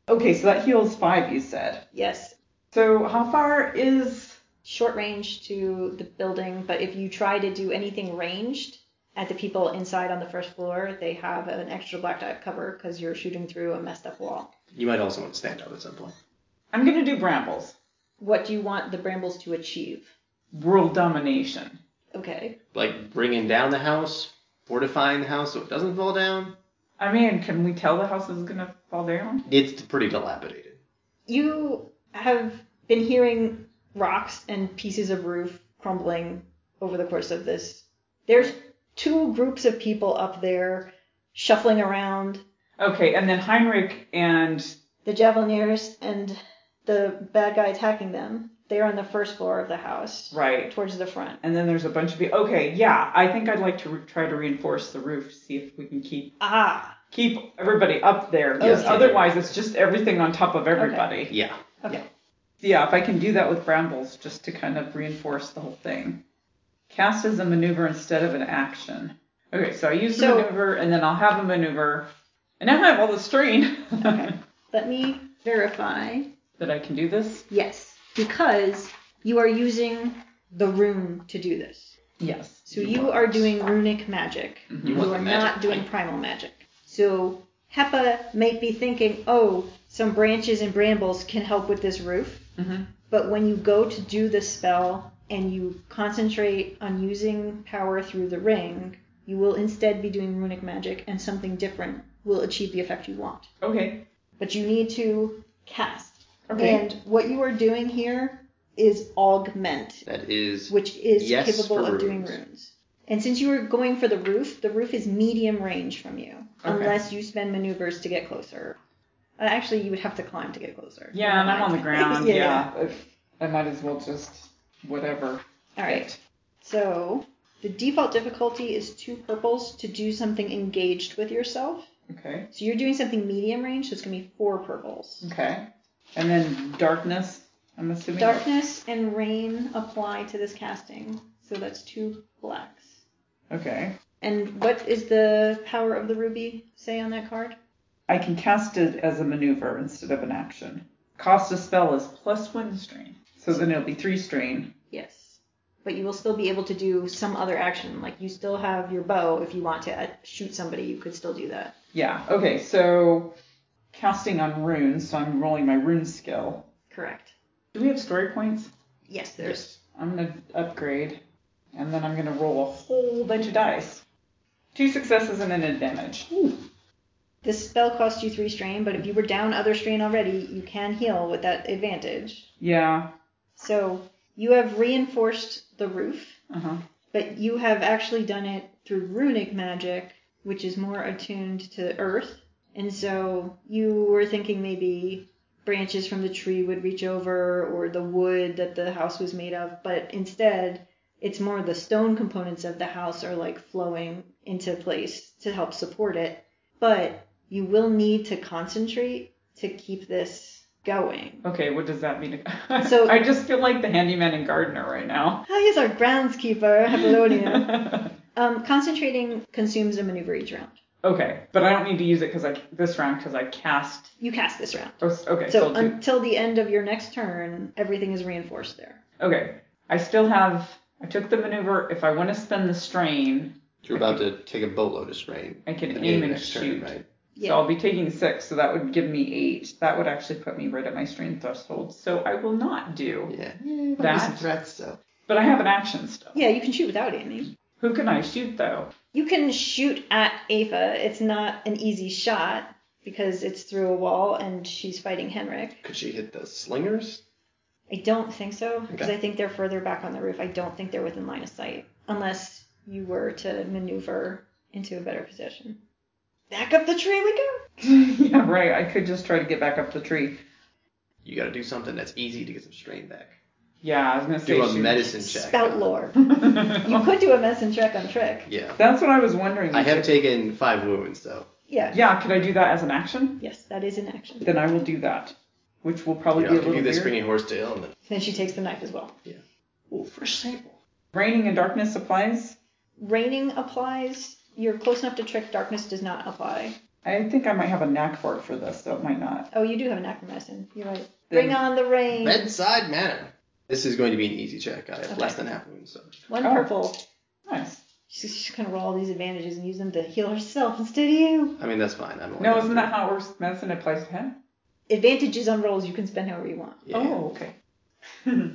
[SPEAKER 4] Okay, so that heals five, you said.
[SPEAKER 3] Yes.
[SPEAKER 4] So how far is?
[SPEAKER 3] Short range to the building, but if you try to do anything ranged at the people inside on the first floor, they have an extra black dot cover because you're shooting through a messed up wall.
[SPEAKER 2] You might also want to stand out at some point.
[SPEAKER 4] I'm gonna do brambles.
[SPEAKER 3] What do you want the brambles to achieve?
[SPEAKER 4] World domination.
[SPEAKER 3] Okay.
[SPEAKER 2] Like bringing down the house, fortifying the house so it doesn't fall down.
[SPEAKER 4] I mean, can we tell the house is gonna fall down?
[SPEAKER 2] It's pretty dilapidated.
[SPEAKER 3] You have been hearing rocks and pieces of roof crumbling over the course of this. There's two groups of people up there shuffling around
[SPEAKER 4] Okay, and then Heinrich and
[SPEAKER 3] the javelineers and the bad guy attacking them. They're on the first floor of the house,
[SPEAKER 4] right,
[SPEAKER 3] towards the front.
[SPEAKER 4] and then there's a bunch of people. Okay, yeah, I think I'd like to re- try to reinforce the roof, see if we can keep
[SPEAKER 3] Ah,
[SPEAKER 4] keep everybody up there. Because
[SPEAKER 2] Yes.
[SPEAKER 4] otherwise, it's just everything on top of everybody.
[SPEAKER 2] Yeah.
[SPEAKER 3] okay.
[SPEAKER 4] Yeah, if I can do that with brambles, just to kind of reinforce the whole thing. Cast as a maneuver instead of an action. Okay, so I use the
[SPEAKER 3] So-
[SPEAKER 4] maneuver, and then I'll have a maneuver, and now I have all the strain
[SPEAKER 3] Okay. Let me verify.
[SPEAKER 4] that I can do this.
[SPEAKER 3] Yes, because you are using the rune to do this.
[SPEAKER 4] Yes.
[SPEAKER 3] So
[SPEAKER 2] You
[SPEAKER 3] you
[SPEAKER 2] want
[SPEAKER 3] are
[SPEAKER 2] this.
[SPEAKER 3] doing runic magic.
[SPEAKER 2] You
[SPEAKER 3] You
[SPEAKER 2] want
[SPEAKER 3] are
[SPEAKER 2] the magic.
[SPEAKER 3] not doing
[SPEAKER 2] like,
[SPEAKER 3] primal magic. So Hepa might be thinking, oh, some branches and brambles can help with this roof.
[SPEAKER 4] Mm-hmm.
[SPEAKER 3] But when you go to do the spell and you concentrate on using power through the ring, you will instead be doing runic magic and something different will achieve the effect you want.
[SPEAKER 4] Okay.
[SPEAKER 3] But you need to cast.
[SPEAKER 4] Okay.
[SPEAKER 3] And what you are doing here is augment
[SPEAKER 2] that is
[SPEAKER 3] which is
[SPEAKER 2] Yes
[SPEAKER 3] capable
[SPEAKER 2] for
[SPEAKER 3] of doing
[SPEAKER 2] runes.
[SPEAKER 3] runes. And since you were going for the roof, the roof is medium range from you, unless you spend maneuvers to get closer. Uh, actually, you would have to climb to get closer.
[SPEAKER 4] Yeah, and I'm on the ground.
[SPEAKER 3] Yeah.
[SPEAKER 4] yeah. I might as well just whatever.
[SPEAKER 3] All right. So the default difficulty is two purples to do something engaged with yourself.
[SPEAKER 4] Okay.
[SPEAKER 3] So you're doing something medium range, so it's gonna be four purples.
[SPEAKER 4] Okay. And then darkness. I'm assuming.
[SPEAKER 3] Darkness and rain apply to this casting, so that's two blacks.
[SPEAKER 4] Okay.
[SPEAKER 3] And what is the power of the ruby say on that card?
[SPEAKER 4] I can cast it as a maneuver instead of an action. Cost of spell is plus one strain. So then it'll be three strain.
[SPEAKER 3] Yes. But you will still be able to do some other action. Like you still have your bow. If you want to uh, shoot somebody, you could still do that.
[SPEAKER 4] Yeah. Okay. So casting on runes. So I'm rolling my rune skill.
[SPEAKER 3] Correct.
[SPEAKER 4] Do we have story points?
[SPEAKER 3] Yes, there's
[SPEAKER 4] I'm gonna upgrade, and then I'm gonna roll a whole bunch of dice. Two successes and an advantage.
[SPEAKER 3] this spell costs you three strain, but if you were down other strain already, you can heal with that advantage.
[SPEAKER 4] Yeah.
[SPEAKER 3] So you have reinforced the roof,
[SPEAKER 4] Uh huh.
[SPEAKER 3] but you have actually done it through runic magic, which is more attuned to earth. And so you were thinking maybe branches from the tree would reach over or the wood that the house was made of, but instead it's more the stone components of the house are like flowing into place to help support it. But you will need to concentrate to keep this going.
[SPEAKER 4] Okay, what does that mean?
[SPEAKER 3] So-
[SPEAKER 4] So I just feel like the handyman and gardener right now.
[SPEAKER 3] Hi, is our groundskeeper, Hepalodium. Um, concentrating consumes a maneuver each round.
[SPEAKER 4] okay, but I don't need to use it because I this round because I cast.
[SPEAKER 3] You cast this round.
[SPEAKER 4] oh, s- Okay, so,
[SPEAKER 3] So
[SPEAKER 4] I'll do-
[SPEAKER 3] until the end of your next turn, everything is reinforced there.
[SPEAKER 4] okay, I still have. I took the maneuver. If I want to spend the strain,
[SPEAKER 2] you're about to take a boatload of strain.
[SPEAKER 4] I can
[SPEAKER 2] at the
[SPEAKER 4] aim
[SPEAKER 2] beginning of
[SPEAKER 4] and
[SPEAKER 2] next
[SPEAKER 4] shoot.
[SPEAKER 2] turn, right?
[SPEAKER 3] Yeah.
[SPEAKER 4] So I'll be taking six, so that would give me eight. That would actually put me right at my strain threshold. So I will not do.
[SPEAKER 2] Yeah. yeah
[SPEAKER 4] That-
[SPEAKER 2] some threats, so.
[SPEAKER 4] But I have an action still.
[SPEAKER 3] yeah, you can shoot without aiming.
[SPEAKER 4] Who can I shoot though?
[SPEAKER 3] You can shoot at Afa. It's not an easy shot because it's through a wall and she's fighting Henrik.
[SPEAKER 2] Could she hit the slingers?
[SPEAKER 3] I don't think so because
[SPEAKER 2] Okay.
[SPEAKER 3] I think they're further back on the roof. I don't think they're within line of sight unless you were to maneuver into a better position. Back up the tree we go.
[SPEAKER 4] yeah, right. I could just try to get back up the tree.
[SPEAKER 2] You got to do something that's easy to get some strain back.
[SPEAKER 4] Yeah, I was gonna say
[SPEAKER 2] Do a
[SPEAKER 4] shoot.
[SPEAKER 2] medicine check.
[SPEAKER 3] Spout lore. You
[SPEAKER 4] you
[SPEAKER 3] could do a medicine check on trick.
[SPEAKER 2] Yeah.
[SPEAKER 4] That's what I was wondering.
[SPEAKER 2] I have taken five wounds, though.
[SPEAKER 3] Yeah.
[SPEAKER 4] Yeah, could I do that as an action?
[SPEAKER 3] Yes, that is an action.
[SPEAKER 4] Then I will do that, which will probably
[SPEAKER 2] You know,
[SPEAKER 4] be a
[SPEAKER 2] give you
[SPEAKER 4] little
[SPEAKER 2] the
[SPEAKER 4] weird.
[SPEAKER 2] springy horse tail and then,
[SPEAKER 3] Then she takes the knife as well.
[SPEAKER 2] oh, fresh sample.
[SPEAKER 4] Raining and darkness applies.
[SPEAKER 3] Raining applies. You're close enough to trick. Darkness does not apply.
[SPEAKER 4] I think I might have a knack for it for this, so it might not.
[SPEAKER 3] Oh, you do have an acro medicine. You're right.
[SPEAKER 4] Then-
[SPEAKER 3] Bring on the rain.
[SPEAKER 2] Bedside manner. This is going to be an easy check. I have less than half moon, so
[SPEAKER 3] One
[SPEAKER 4] Oh.
[SPEAKER 3] purple.
[SPEAKER 4] Nice.
[SPEAKER 3] She's just gonna roll all these advantages and use them to heal herself instead of you.
[SPEAKER 2] I mean that's fine. I'm only
[SPEAKER 4] No, isn't that how it works? Medicine applies to him.
[SPEAKER 3] Advantages on rolls you can spend however you want.
[SPEAKER 2] Yeah.
[SPEAKER 4] Oh, okay.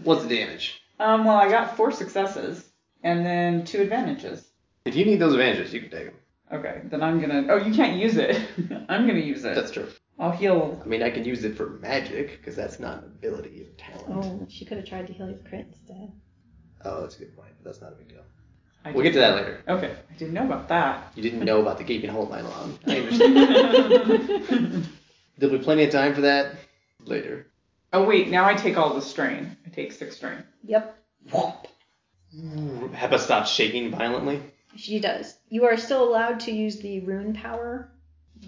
[SPEAKER 2] What's the damage?
[SPEAKER 4] Um, well, I got four successes and then two advantages.
[SPEAKER 2] If you need those advantages, you can take them.
[SPEAKER 4] Okay, then I'm gonna. Oh, you can't use it. I'm gonna use it.
[SPEAKER 2] That's true.
[SPEAKER 4] I'll heal.
[SPEAKER 2] I mean, I can use it for magic because that's not an ability or talent.
[SPEAKER 3] Oh, she could have tried to heal your crit instead.
[SPEAKER 2] Oh. that's a good point. But that's not a big deal.
[SPEAKER 4] I
[SPEAKER 2] We'll get to that later.
[SPEAKER 4] Okay, I didn't know about that.
[SPEAKER 2] You didn't know about the gaping hole line alone. I understand. There'll be plenty of time for that later.
[SPEAKER 4] Oh wait, now I take all the strain. I take six strain.
[SPEAKER 3] Yep.
[SPEAKER 2] Hepa stops shaking violently.
[SPEAKER 3] She does. You are still allowed to use the rune power,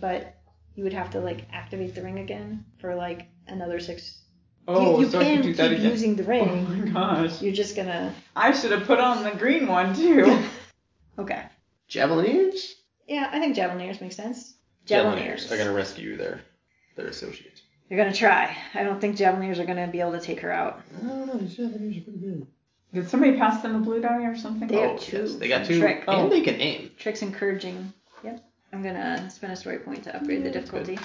[SPEAKER 3] but you would have to like activate the ring again for like another six.
[SPEAKER 4] Oh,
[SPEAKER 3] you, you can
[SPEAKER 4] so I can do
[SPEAKER 3] keep
[SPEAKER 4] that again.
[SPEAKER 3] using the
[SPEAKER 4] Oh
[SPEAKER 3] ring.
[SPEAKER 4] my gosh.
[SPEAKER 3] You're just gonna.
[SPEAKER 4] I should have put on the green one too.
[SPEAKER 3] Okay.
[SPEAKER 2] Javelineers?
[SPEAKER 3] Yeah, I think javeliniers makes sense.
[SPEAKER 2] Javelineers
[SPEAKER 3] Javeliniers.
[SPEAKER 2] are going to rescue their, their associate.
[SPEAKER 3] You're gonna try. I don't think javeliniers are gonna be able to take her out.
[SPEAKER 2] I don't know. These Javelineers are pretty good.
[SPEAKER 4] Did somebody pass them a blue die or something?
[SPEAKER 3] They
[SPEAKER 2] Oh,
[SPEAKER 3] have two
[SPEAKER 2] yes. They got
[SPEAKER 3] from
[SPEAKER 2] two. Oh.
[SPEAKER 3] Trick.
[SPEAKER 2] And they can aim.
[SPEAKER 3] Tricks encouraging. Yep. I'm gonna spend a story point to upgrade the difficulty.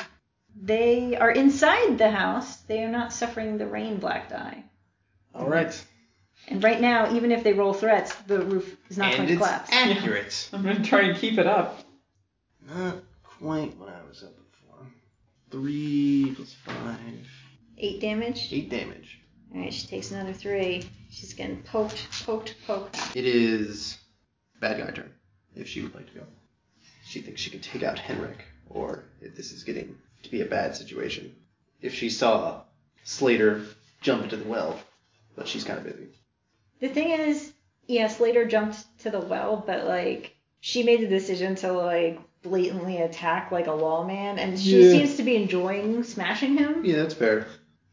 [SPEAKER 3] They are inside the house. They are not suffering the rain black die.
[SPEAKER 2] All right.
[SPEAKER 3] And right now, even if they roll threats, the roof is not
[SPEAKER 2] and
[SPEAKER 3] going to
[SPEAKER 2] it's
[SPEAKER 3] collapse.
[SPEAKER 2] accurate.
[SPEAKER 4] I'm gonna try and keep it up.
[SPEAKER 2] Not quite what I was hoping for. Three plus five.
[SPEAKER 3] Eight damage.
[SPEAKER 2] Eight damage.
[SPEAKER 3] All right, she takes another three. She's getting poked, poked, poked.
[SPEAKER 2] It is bad guy turn, if she would like to go. She thinks she could take out Henrik, or if this is getting to be a bad situation. If she saw Slater jump into the well, but she's kind of busy.
[SPEAKER 3] The thing is, yeah, Slater jumped to the well, but like she made the decision to like blatantly attack like a lawman, and she
[SPEAKER 2] Yeah.
[SPEAKER 3] seems to be enjoying smashing him.
[SPEAKER 2] Yeah, that's fair.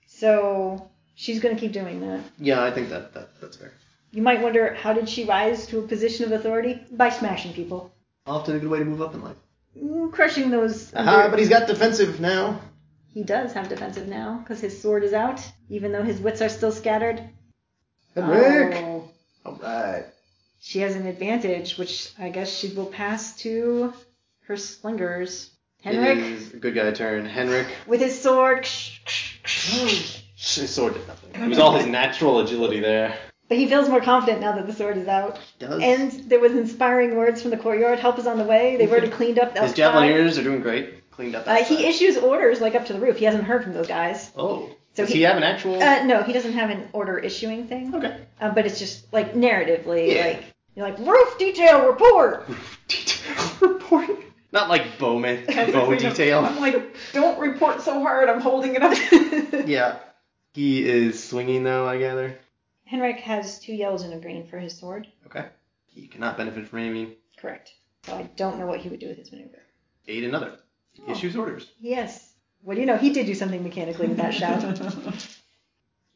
[SPEAKER 3] So she's gonna keep doing that.
[SPEAKER 2] Yeah, I think that, that that's fair.
[SPEAKER 3] You might wonder how did she rise to a position of authority by smashing people,
[SPEAKER 2] Often a good way to move up in life.
[SPEAKER 3] Mm, crushing those.
[SPEAKER 2] Aha,
[SPEAKER 3] under-
[SPEAKER 2] Uh-huh, but he's got defensive now.
[SPEAKER 3] he does have defensive now because his sword is out, even though his wits are still scattered.
[SPEAKER 2] Henrik!
[SPEAKER 3] Oh,
[SPEAKER 2] All right.
[SPEAKER 3] she has an advantage, which I guess she will pass to her slingers. Henrik.
[SPEAKER 2] It is a good guy turn. Henrik.
[SPEAKER 3] with his sword.
[SPEAKER 2] His sword did nothing. It was all his natural agility there.
[SPEAKER 3] But he feels more confident now that the sword is out.
[SPEAKER 2] Does.
[SPEAKER 3] And there was inspiring words from the courtyard. Help is on the way. They've already cleaned up the
[SPEAKER 2] His
[SPEAKER 3] outside.
[SPEAKER 2] javelineers are doing great. Cleaned up.
[SPEAKER 3] Uh,
[SPEAKER 2] outside.
[SPEAKER 3] he issues orders like up to the roof. He hasn't heard from those guys.
[SPEAKER 2] Oh.
[SPEAKER 3] So
[SPEAKER 2] Does
[SPEAKER 3] he-
[SPEAKER 2] he, have an actual?
[SPEAKER 3] Uh, no, he doesn't have an order issuing thing.
[SPEAKER 2] okay.
[SPEAKER 3] Uh, but it's just like narratively,
[SPEAKER 2] Yeah.
[SPEAKER 3] like you're like roof detail report.
[SPEAKER 2] Report. Not like bowman. Bow
[SPEAKER 4] I'm
[SPEAKER 2] detail.
[SPEAKER 4] like, don't report so hard. I'm holding it up.
[SPEAKER 2] Yeah. He is swinging though, I gather.
[SPEAKER 3] Henrik has two yellows and a green for his sword.
[SPEAKER 2] Okay. He cannot benefit from aiming.
[SPEAKER 3] Correct. So I don't know what he would do with his maneuver.
[SPEAKER 2] Aid another. He
[SPEAKER 3] Oh.
[SPEAKER 2] Issues orders.
[SPEAKER 3] Yes. What do you know? He did do something mechanically with that shout.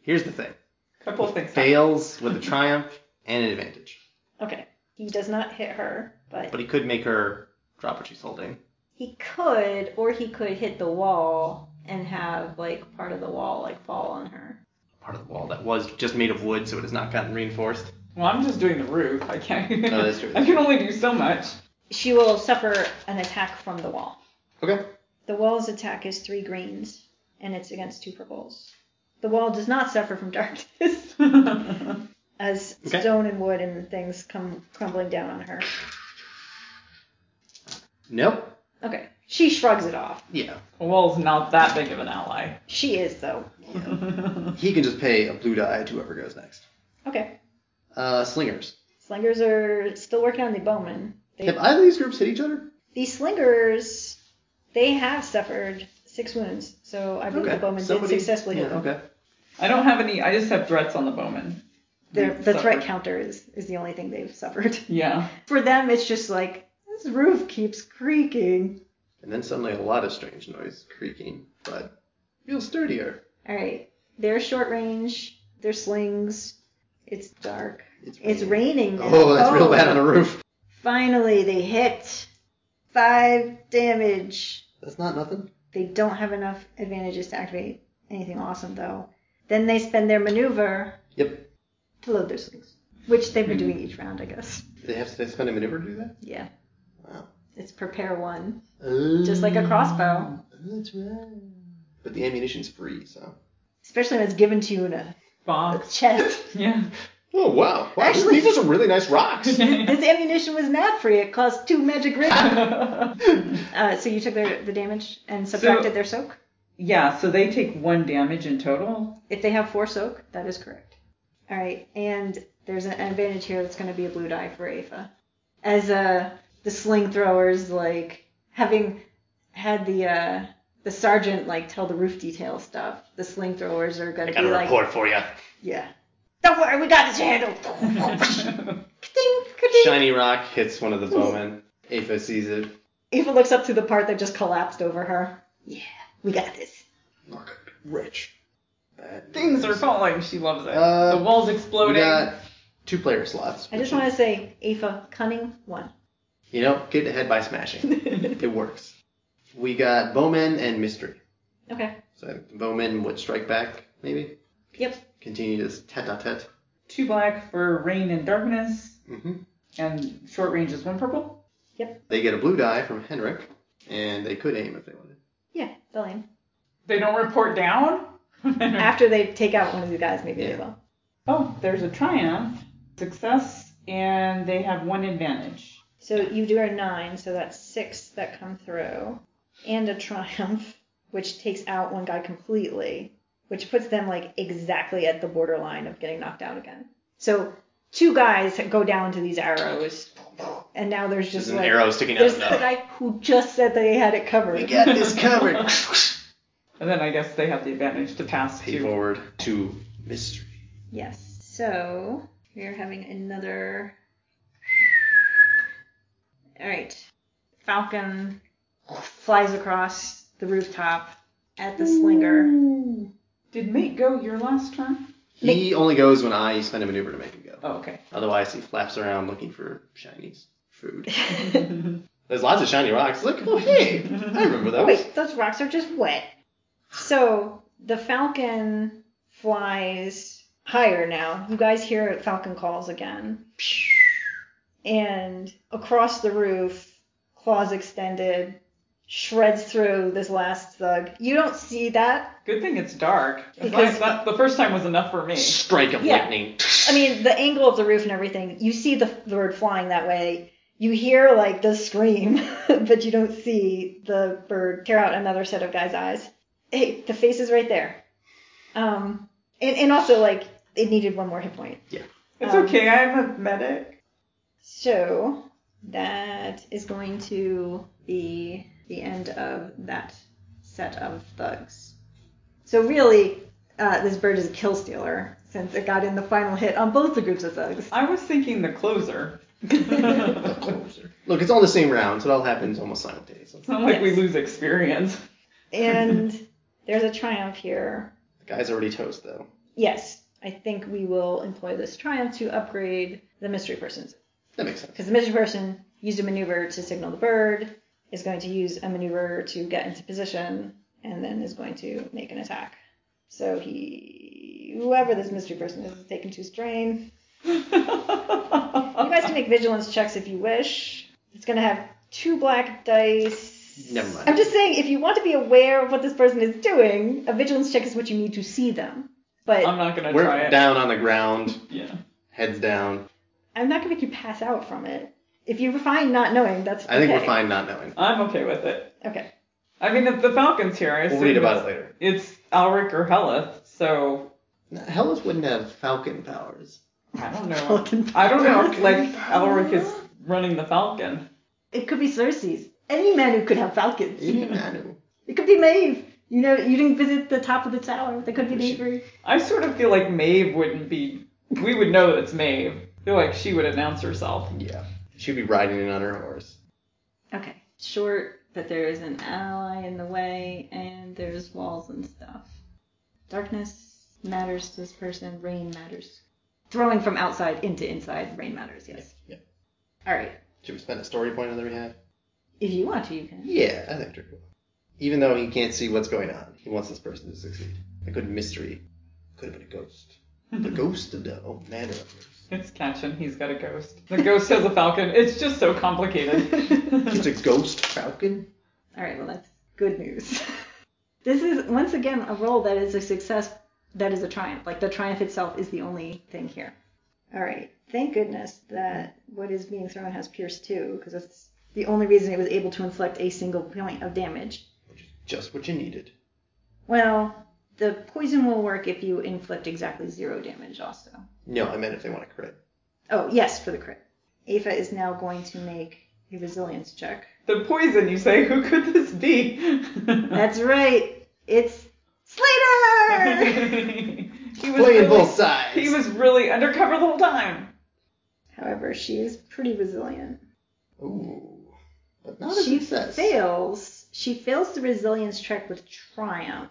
[SPEAKER 2] Here's the thing.
[SPEAKER 4] Couple of things.
[SPEAKER 2] Fails with a triumph and an advantage,
[SPEAKER 3] Okay. He does not hit her, but
[SPEAKER 2] but he could make her drop what she's holding.
[SPEAKER 3] he could, or he could hit the wall and have like part of the wall like fall on her.
[SPEAKER 2] Part of the wall that was just made of wood, so it has not gotten reinforced.
[SPEAKER 4] Well, I'm just doing the roof. I can't.
[SPEAKER 3] Oh,
[SPEAKER 2] No, that's true.
[SPEAKER 4] I can only do so much.
[SPEAKER 3] She will suffer an attack from the wall.
[SPEAKER 2] Okay.
[SPEAKER 3] The wall's attack is three greens, and it's against two purples. The wall does not suffer from darkness, as
[SPEAKER 2] Okay.
[SPEAKER 3] stone and wood and things come crumbling down on her.
[SPEAKER 2] Nope.
[SPEAKER 3] Okay. She shrugs it off.
[SPEAKER 2] Yeah.
[SPEAKER 4] A wall's not that big of an ally.
[SPEAKER 3] She is, though.
[SPEAKER 2] He can just pay a blue die to whoever goes next.
[SPEAKER 3] Okay.
[SPEAKER 2] Uh, slingers.
[SPEAKER 3] Slingers are still working on the bowman. They-
[SPEAKER 2] Have either of these groups hit each other?
[SPEAKER 3] These slingers, they have suffered six wounds, so I believe the bowman
[SPEAKER 2] Somebody-
[SPEAKER 3] did successfully hit
[SPEAKER 2] yeah,
[SPEAKER 3] them.
[SPEAKER 2] okay.
[SPEAKER 4] I don't have any. I just have threats on the bowman.
[SPEAKER 3] Their, the
[SPEAKER 4] Suffer.
[SPEAKER 3] threat counter is, is the only thing they've suffered.
[SPEAKER 4] Yeah.
[SPEAKER 3] For them, it's just like, this roof keeps creaking.
[SPEAKER 2] And then suddenly a lot of strange noise, creaking, but feels sturdier.
[SPEAKER 3] All right, they're short range, they're slings. It's dark.
[SPEAKER 2] It's
[SPEAKER 3] It's raining. now.
[SPEAKER 2] Oh, that's real bad on a roof.
[SPEAKER 3] Finally, they hit. Five damage.
[SPEAKER 2] That's not nothing.
[SPEAKER 3] They don't have enough advantages to activate anything awesome, though. Then they spend their maneuver
[SPEAKER 2] Yep.
[SPEAKER 3] to load their slings, which they've been
[SPEAKER 2] Hmm.
[SPEAKER 3] doing each round, I guess.
[SPEAKER 2] They have to spend a maneuver to do that?
[SPEAKER 3] Yeah.
[SPEAKER 2] Wow.
[SPEAKER 3] It's prepare one,
[SPEAKER 2] Oh,
[SPEAKER 3] just like a crossbow.
[SPEAKER 2] That's right. But the ammunition's free, so.
[SPEAKER 3] Especially when it's given to you in a
[SPEAKER 4] Box.
[SPEAKER 3] chest.
[SPEAKER 4] Yeah.
[SPEAKER 2] Oh, wow. wow
[SPEAKER 3] Actually-
[SPEAKER 2] these are some really nice rocks.
[SPEAKER 3] this ammunition was not free. It cost two magic ribbons. uh, so you took their, the damage and subtracted their soak.
[SPEAKER 4] yeah, so they take one damage in total.
[SPEAKER 3] If they have four soak, that is correct. All right, and there's an advantage here that's going to be a blue die for Afa, as uh the sling throwers like having had the uh the sergeant like tell the roof detail stuff. The sling throwers are going to be like,
[SPEAKER 2] for you.
[SPEAKER 3] yeah, don't worry, we got this handled. Ka-ding, ka-ding.
[SPEAKER 2] Shiny rock hits one of the bowmen.
[SPEAKER 3] Hmm.
[SPEAKER 2] Afa sees it.
[SPEAKER 3] Ava looks up to the part that just collapsed over her. Yeah, we got this.
[SPEAKER 2] Look, rich. That
[SPEAKER 4] Things are
[SPEAKER 2] is-
[SPEAKER 4] falling. She loves it.
[SPEAKER 2] Uh,
[SPEAKER 4] the wall's
[SPEAKER 2] We
[SPEAKER 4] exploding.
[SPEAKER 2] got two player slots.
[SPEAKER 3] I just
[SPEAKER 2] which
[SPEAKER 3] want to say, Afa, cunning one.
[SPEAKER 2] is- You know, get ahead by smashing. it works. We got bowmen and mystery.
[SPEAKER 3] Okay.
[SPEAKER 2] So bowmen would strike back, maybe.
[SPEAKER 3] Yep.
[SPEAKER 2] Continue this tete a tete.
[SPEAKER 4] Two black for rain and darkness,
[SPEAKER 2] hmm
[SPEAKER 4] and short range is one purple.
[SPEAKER 2] They get a blue die from Henrik, and they could aim if they wanted.
[SPEAKER 3] Yeah, they'll aim.
[SPEAKER 4] They don't report down.
[SPEAKER 3] After they take out one of the guys, maybe they
[SPEAKER 2] Yeah.
[SPEAKER 3] will.
[SPEAKER 4] oh, there's a triumph, success, and they have one advantage.
[SPEAKER 3] So you do a nine, so that's six that come through, and a triumph, which takes out one guy completely, which puts them like exactly at the borderline of getting knocked out again. So two guys go down to these arrows, and now there's just like
[SPEAKER 2] sticking
[SPEAKER 3] there's the guy who just said they had it covered.
[SPEAKER 2] We got this covered.
[SPEAKER 4] And then I guess they have the advantage to pass
[SPEAKER 2] Pay
[SPEAKER 4] to.
[SPEAKER 2] forward to mystery.
[SPEAKER 3] Yes. So we're having another. All right. Falcon flies across the rooftop at the
[SPEAKER 4] Mm.
[SPEAKER 3] slinger.
[SPEAKER 4] Ooh. Did mate go your last turn?
[SPEAKER 2] He only goes when I spend a maneuver to make him go.
[SPEAKER 4] Oh, okay.
[SPEAKER 2] Otherwise, he flaps around looking for shinies, food. There's lots of shiny rocks. Look, oh hey, I remember those.
[SPEAKER 3] Oh, Wait, those rocks are just wet. So the falcon flies higher now. You guys hear falcon calls again. And across the roof, claws extended, shreds through this last thug. You don't see that
[SPEAKER 4] Good thing it's dark. As long
[SPEAKER 3] Because-
[SPEAKER 4] as that- the first time was enough for me.
[SPEAKER 2] Strike of
[SPEAKER 3] Yeah.
[SPEAKER 2] lightning.
[SPEAKER 3] I mean, the angle of the roof and everything, you see the bird flying that way. You hear like the scream, but you don't see the bird tear out another set of guys' eyes. Hey, the face is right there. Um, and, and also like it needed one more hit point.
[SPEAKER 4] It's
[SPEAKER 3] Um,
[SPEAKER 4] okay. I'm a medic.
[SPEAKER 3] So that is going to be the end of that set of thugs. So really, uh, this bird is a kill stealer since it got in the final hit on both the groups of thugs.
[SPEAKER 4] I was thinking the closer.
[SPEAKER 2] Look, it's all the same round, so it all happens almost simultaneously.
[SPEAKER 4] It's not like we
[SPEAKER 3] Yes.
[SPEAKER 4] lose experience.
[SPEAKER 3] And there's a triumph here.
[SPEAKER 2] The guy's already toast though.
[SPEAKER 3] Yes, I think we will employ this triumph to upgrade the mystery person.
[SPEAKER 2] That makes sense.
[SPEAKER 3] Because the mystery person used a maneuver to signal the bird, is going to use a maneuver to get into position, and then is going to make an attack. So he, whoever this mystery person is, is taking two strain. You guys can make vigilance checks if you wish. It's going to have two black dice.
[SPEAKER 2] Never mind.
[SPEAKER 3] I'm just saying, if you want to be aware of what this person is doing, a vigilance check is what you need to see them. But
[SPEAKER 4] I'm not gonna try
[SPEAKER 2] We're
[SPEAKER 4] it.
[SPEAKER 2] down on the ground,
[SPEAKER 4] Yeah.
[SPEAKER 2] heads down.
[SPEAKER 3] I'm not going to make you pass out from it. If you're fine not knowing, that's
[SPEAKER 2] I think
[SPEAKER 3] okay.
[SPEAKER 2] we're fine not knowing.
[SPEAKER 4] I'm okay with it.
[SPEAKER 3] Okay.
[SPEAKER 4] I mean, if the Falcons here, I
[SPEAKER 2] We'll
[SPEAKER 4] assume
[SPEAKER 2] read about it
[SPEAKER 4] it's,
[SPEAKER 2] later.
[SPEAKER 4] it's Alric or Heleth, so
[SPEAKER 2] No, Hellas wouldn't have falcon powers.
[SPEAKER 4] I don't know.
[SPEAKER 3] Falcon
[SPEAKER 4] I don't know if
[SPEAKER 2] Falcon
[SPEAKER 4] like Alric is running the Falcon.
[SPEAKER 3] It could be Cersei's. Any man who could have falcons.
[SPEAKER 2] Even Manu.
[SPEAKER 3] It could be Maeve. You know, you didn't visit the top of the tower. They could be
[SPEAKER 2] We should-
[SPEAKER 3] neighbors.
[SPEAKER 4] I sort of feel like Maeve wouldn't be. We would know that it's Maeve. I feel like she would announce herself.
[SPEAKER 2] Yeah. She'd be riding in on her horse.
[SPEAKER 3] Okay. Short, but there is an ally in the way, and there's walls and stuff. Darkness matters to this person. Rain matters. throwing from outside into inside rain matters. Yes.
[SPEAKER 2] Yeah.
[SPEAKER 3] All right.
[SPEAKER 2] Should we spend a story point on their behalf?
[SPEAKER 3] If you want to, you can.
[SPEAKER 2] Yeah, I think Drake will. Even though he can't see what's going on, he wants this person to succeed. A good mystery. Could have been a ghost. The ghost of the old manor of yours.
[SPEAKER 4] It's catching. He's got a ghost. The ghost has a falcon. It's just so
[SPEAKER 2] Just
[SPEAKER 4] complicated.
[SPEAKER 2] a ghost falcon?
[SPEAKER 3] All right, well, that's good news. this is, once again, a role that is a success, that is a triumph. Like, the triumph itself is the only thing here. All right, thank goodness that what is being thrown has Pierce too, because that's the only reason it was able to inflict a single point of damage.
[SPEAKER 2] Which is just what you needed.
[SPEAKER 3] Well, the poison will work if you inflict exactly zero damage, also.
[SPEAKER 2] No, I meant if they want to crit.
[SPEAKER 3] Oh, yes, for the crit. Aoife is now going to make a resilience check.
[SPEAKER 4] the poison, you say? Who could this be?
[SPEAKER 3] That's right, it's Slater!
[SPEAKER 4] he
[SPEAKER 2] Playing
[SPEAKER 4] was really,
[SPEAKER 2] both sides.
[SPEAKER 4] He was really undercover the whole time.
[SPEAKER 3] However, she is pretty resilient.
[SPEAKER 2] Ooh. But not a
[SPEAKER 3] she
[SPEAKER 2] success.
[SPEAKER 3] fails. She fails the resilience check with triumph.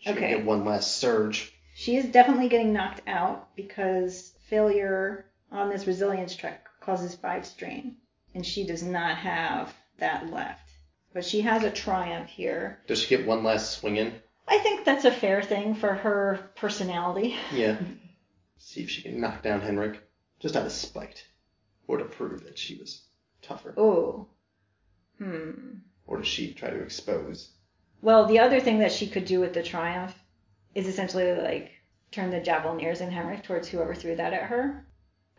[SPEAKER 2] Should
[SPEAKER 3] Okay.
[SPEAKER 2] get one last surge.
[SPEAKER 3] She is definitely getting knocked out because failure on this resilience check causes five strain, and she does not have that left. But she has a triumph here.
[SPEAKER 2] Does she get one last swing in?
[SPEAKER 3] I think that's a fair thing for her personality.
[SPEAKER 2] Yeah. See if she can knock down Henrik. Just out of spite. Or to prove that she was tougher.
[SPEAKER 3] Oh. Hmm.
[SPEAKER 2] Or does she try to expose?
[SPEAKER 3] Well, the other thing that she could do with the triumph is essentially like turn the javelineers and Henrik towards whoever threw that at her.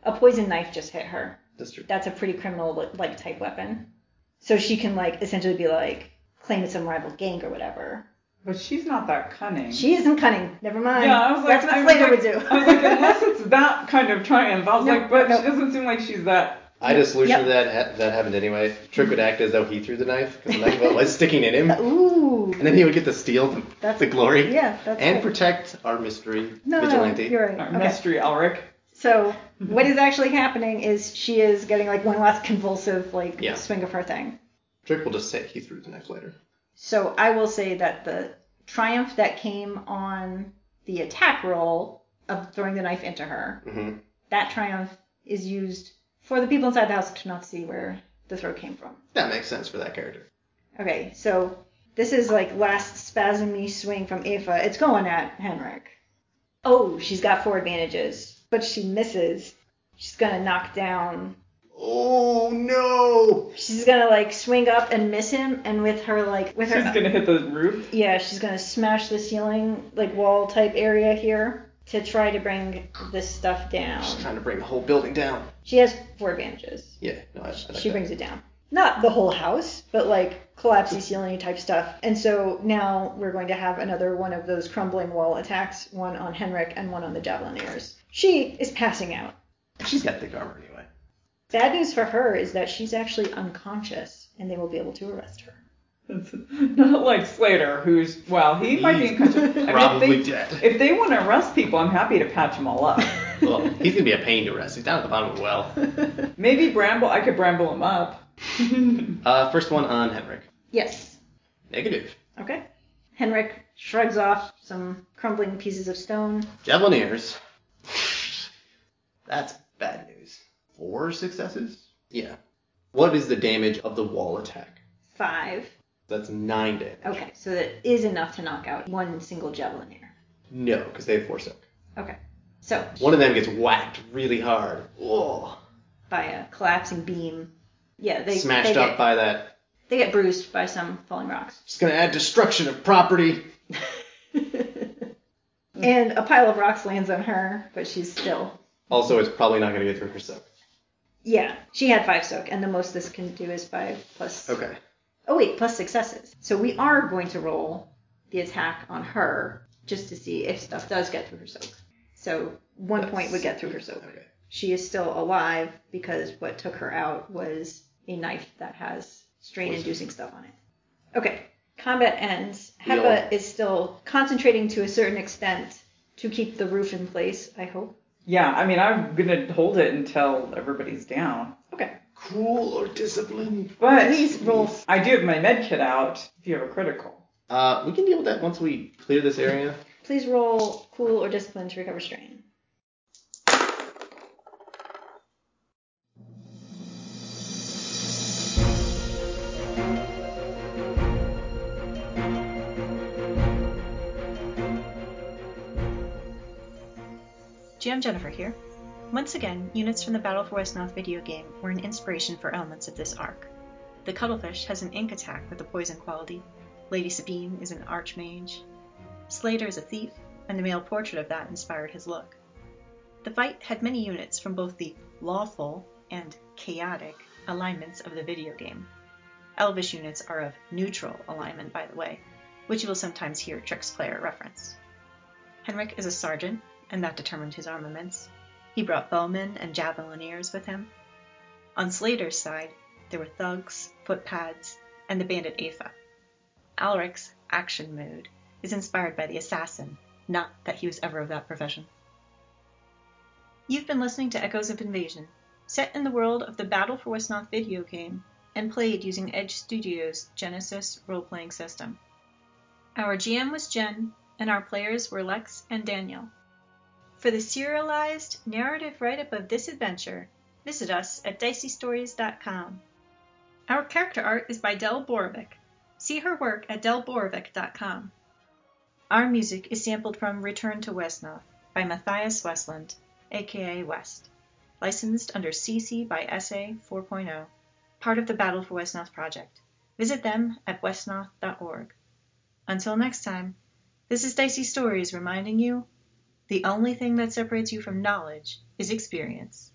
[SPEAKER 3] A poison knife just hit her.
[SPEAKER 2] That's true.
[SPEAKER 3] That's a pretty criminal li- like type weapon. So she can like essentially be like claim it's some rival gang or whatever.
[SPEAKER 4] But she's not that cunning.
[SPEAKER 3] She isn't cunning. Never mind.
[SPEAKER 4] yeah, I was like,
[SPEAKER 3] That's
[SPEAKER 4] I
[SPEAKER 3] what
[SPEAKER 4] was
[SPEAKER 3] Slater
[SPEAKER 4] like-
[SPEAKER 3] would do.
[SPEAKER 4] I was like, unless it's that kind of triumph. I was
[SPEAKER 3] No,
[SPEAKER 4] like, but
[SPEAKER 3] no.
[SPEAKER 4] she doesn't seem like she's that.
[SPEAKER 2] I just solution
[SPEAKER 3] Yep.
[SPEAKER 2] to that ha- that happened anyway. Trick would act as though he threw the knife because the knife was sticking in him,
[SPEAKER 3] Ooh.
[SPEAKER 2] and then he would get to steal the,
[SPEAKER 3] That's-
[SPEAKER 2] the glory
[SPEAKER 3] Yeah, that's
[SPEAKER 2] and
[SPEAKER 3] good.
[SPEAKER 2] protect our mystery
[SPEAKER 3] no,
[SPEAKER 2] vigilante.
[SPEAKER 3] No, you're right.
[SPEAKER 4] our
[SPEAKER 3] Okay.
[SPEAKER 4] Mystery Elric.
[SPEAKER 3] So what is actually happening is she is getting like one last convulsive like
[SPEAKER 2] Yeah.
[SPEAKER 3] swing of her thing.
[SPEAKER 2] Trick will just say he threw the knife later.
[SPEAKER 3] So I will say that the triumph that came on the attack roll of throwing the knife into her,
[SPEAKER 2] hmm
[SPEAKER 3] that triumph is used for the people inside the house to not see where the throw came from.
[SPEAKER 2] That makes sense for that character.
[SPEAKER 3] Okay, so this is like last spasmy swing from Aoife. It's going at Henrik. Oh, she's got four advantages, but she misses. She's gonna knock down.
[SPEAKER 2] Oh no!
[SPEAKER 3] She's gonna like swing up and miss him, and with her like with her
[SPEAKER 4] She's gonna hit the roof.
[SPEAKER 3] Yeah, she's gonna smash the ceiling, like wall type area here, to try to bring this stuff down.
[SPEAKER 2] She's trying to bring the whole building down.
[SPEAKER 3] She has four advantages.
[SPEAKER 2] Yeah, no, I, I like
[SPEAKER 3] She
[SPEAKER 2] that.
[SPEAKER 3] brings it down. Not the whole house, but like collapsing ceiling type stuff. And so now we're going to have another one of those crumbling wall attacks, one on Henrik and one on the Javelineers. She is passing out.
[SPEAKER 2] She's got thick armor anyway.
[SPEAKER 3] Bad news for her is that she's actually unconscious and they will be able to arrest her.
[SPEAKER 4] It's not like Slater, who's well, he might be
[SPEAKER 2] He's
[SPEAKER 4] unconscious. I mean,
[SPEAKER 2] Probably
[SPEAKER 4] if, they,
[SPEAKER 2] dead.
[SPEAKER 4] if they want to arrest people, I'm happy to patch them all up.
[SPEAKER 2] well, he's gonna be a pain to arrest. He's down at the bottom of a well.
[SPEAKER 4] Maybe Bramble. I could Bramble him up.
[SPEAKER 2] Uh, first one on Henrik.
[SPEAKER 3] Yes.
[SPEAKER 2] Negative.
[SPEAKER 3] Okay. Henrik shrugs off some crumbling pieces of stone.
[SPEAKER 2] Javelineers. That's bad news. Four successes? Yeah. What is the damage of the wall attack?
[SPEAKER 3] Five.
[SPEAKER 2] That's nine damage.
[SPEAKER 3] Okay, so that is enough to knock out one single javelineer.
[SPEAKER 2] No, because they have four soak.
[SPEAKER 3] Okay. So
[SPEAKER 2] One of them gets whacked really hard. Oh.
[SPEAKER 3] by a collapsing beam. Yeah, they
[SPEAKER 2] Smashed
[SPEAKER 3] they
[SPEAKER 2] up
[SPEAKER 3] get,
[SPEAKER 2] by that.
[SPEAKER 3] they get bruised by some falling rocks.
[SPEAKER 2] Just gonna add destruction of property.
[SPEAKER 3] and a pile of rocks lands on her, but she's still
[SPEAKER 2] Also, it's probably not gonna get through her soak.
[SPEAKER 3] yeah. She had five soak, and the most this can do is five plus
[SPEAKER 2] Okay.
[SPEAKER 3] oh wait, plus successes. So we are going to roll the attack on her just to see if stuff does get through her soak. So one point would get through her soak.
[SPEAKER 2] Okay.
[SPEAKER 3] she is still alive because what took her out was a knife that has strain inducing stuff on it. Okay, combat ends.
[SPEAKER 2] We all-
[SPEAKER 3] Hepa is still concentrating to a certain extent to keep the roof in place, I hope.
[SPEAKER 4] Yeah, I mean, I'm gonna hold it until everybody's down.
[SPEAKER 3] Okay,
[SPEAKER 2] Cruel or discipline?
[SPEAKER 4] But
[SPEAKER 3] please roll.
[SPEAKER 4] I do have my med kit out. If you have a critical.
[SPEAKER 2] Uh, we can deal with that once we clear this area.
[SPEAKER 3] Please roll cool or discipline to recover strain.
[SPEAKER 1] GM Jennifer here. Once again, units from the Battle for Westnoth video game were an inspiration for elements of this arc. The Cuttlefish has an ink attack with a poison quality, Lady Sabine is an archmage, Slater is a thief, and the male portrait of that inspired his look. The fight had many units from both the lawful and chaotic alignments of the video game. Elvish units are of neutral alignment, by the way, which you will sometimes hear Trix Player reference. Henrik is a sergeant, and that determined his armaments. He brought bowmen and javelineers with him. On Slater's side, there were thugs, footpads, and the bandit Aetha. Alaric's action mood is inspired by the assassin, not that he was ever of that profession. You've been listening to Echoes of Invasion, set in the world of the Battle for Westnoth video game and played using Edge Studios' Genesis role playing system. Our GM was Jen, and our players were Lex and Daniel. For the serialized narrative write up of this adventure, visit us at diceystories.com. Our character art is by Del Borovic. See her work at delborovic.com. Our music is sampled from Return to Westnoth by Matthias Westland, aka West, licensed under CC by SA 4.0, oh, part of the Battle for Westnoth project. Visit them at westnoth.org. Until next time, this is Dicey Stories reminding you the only thing that separates you from knowledge is experience.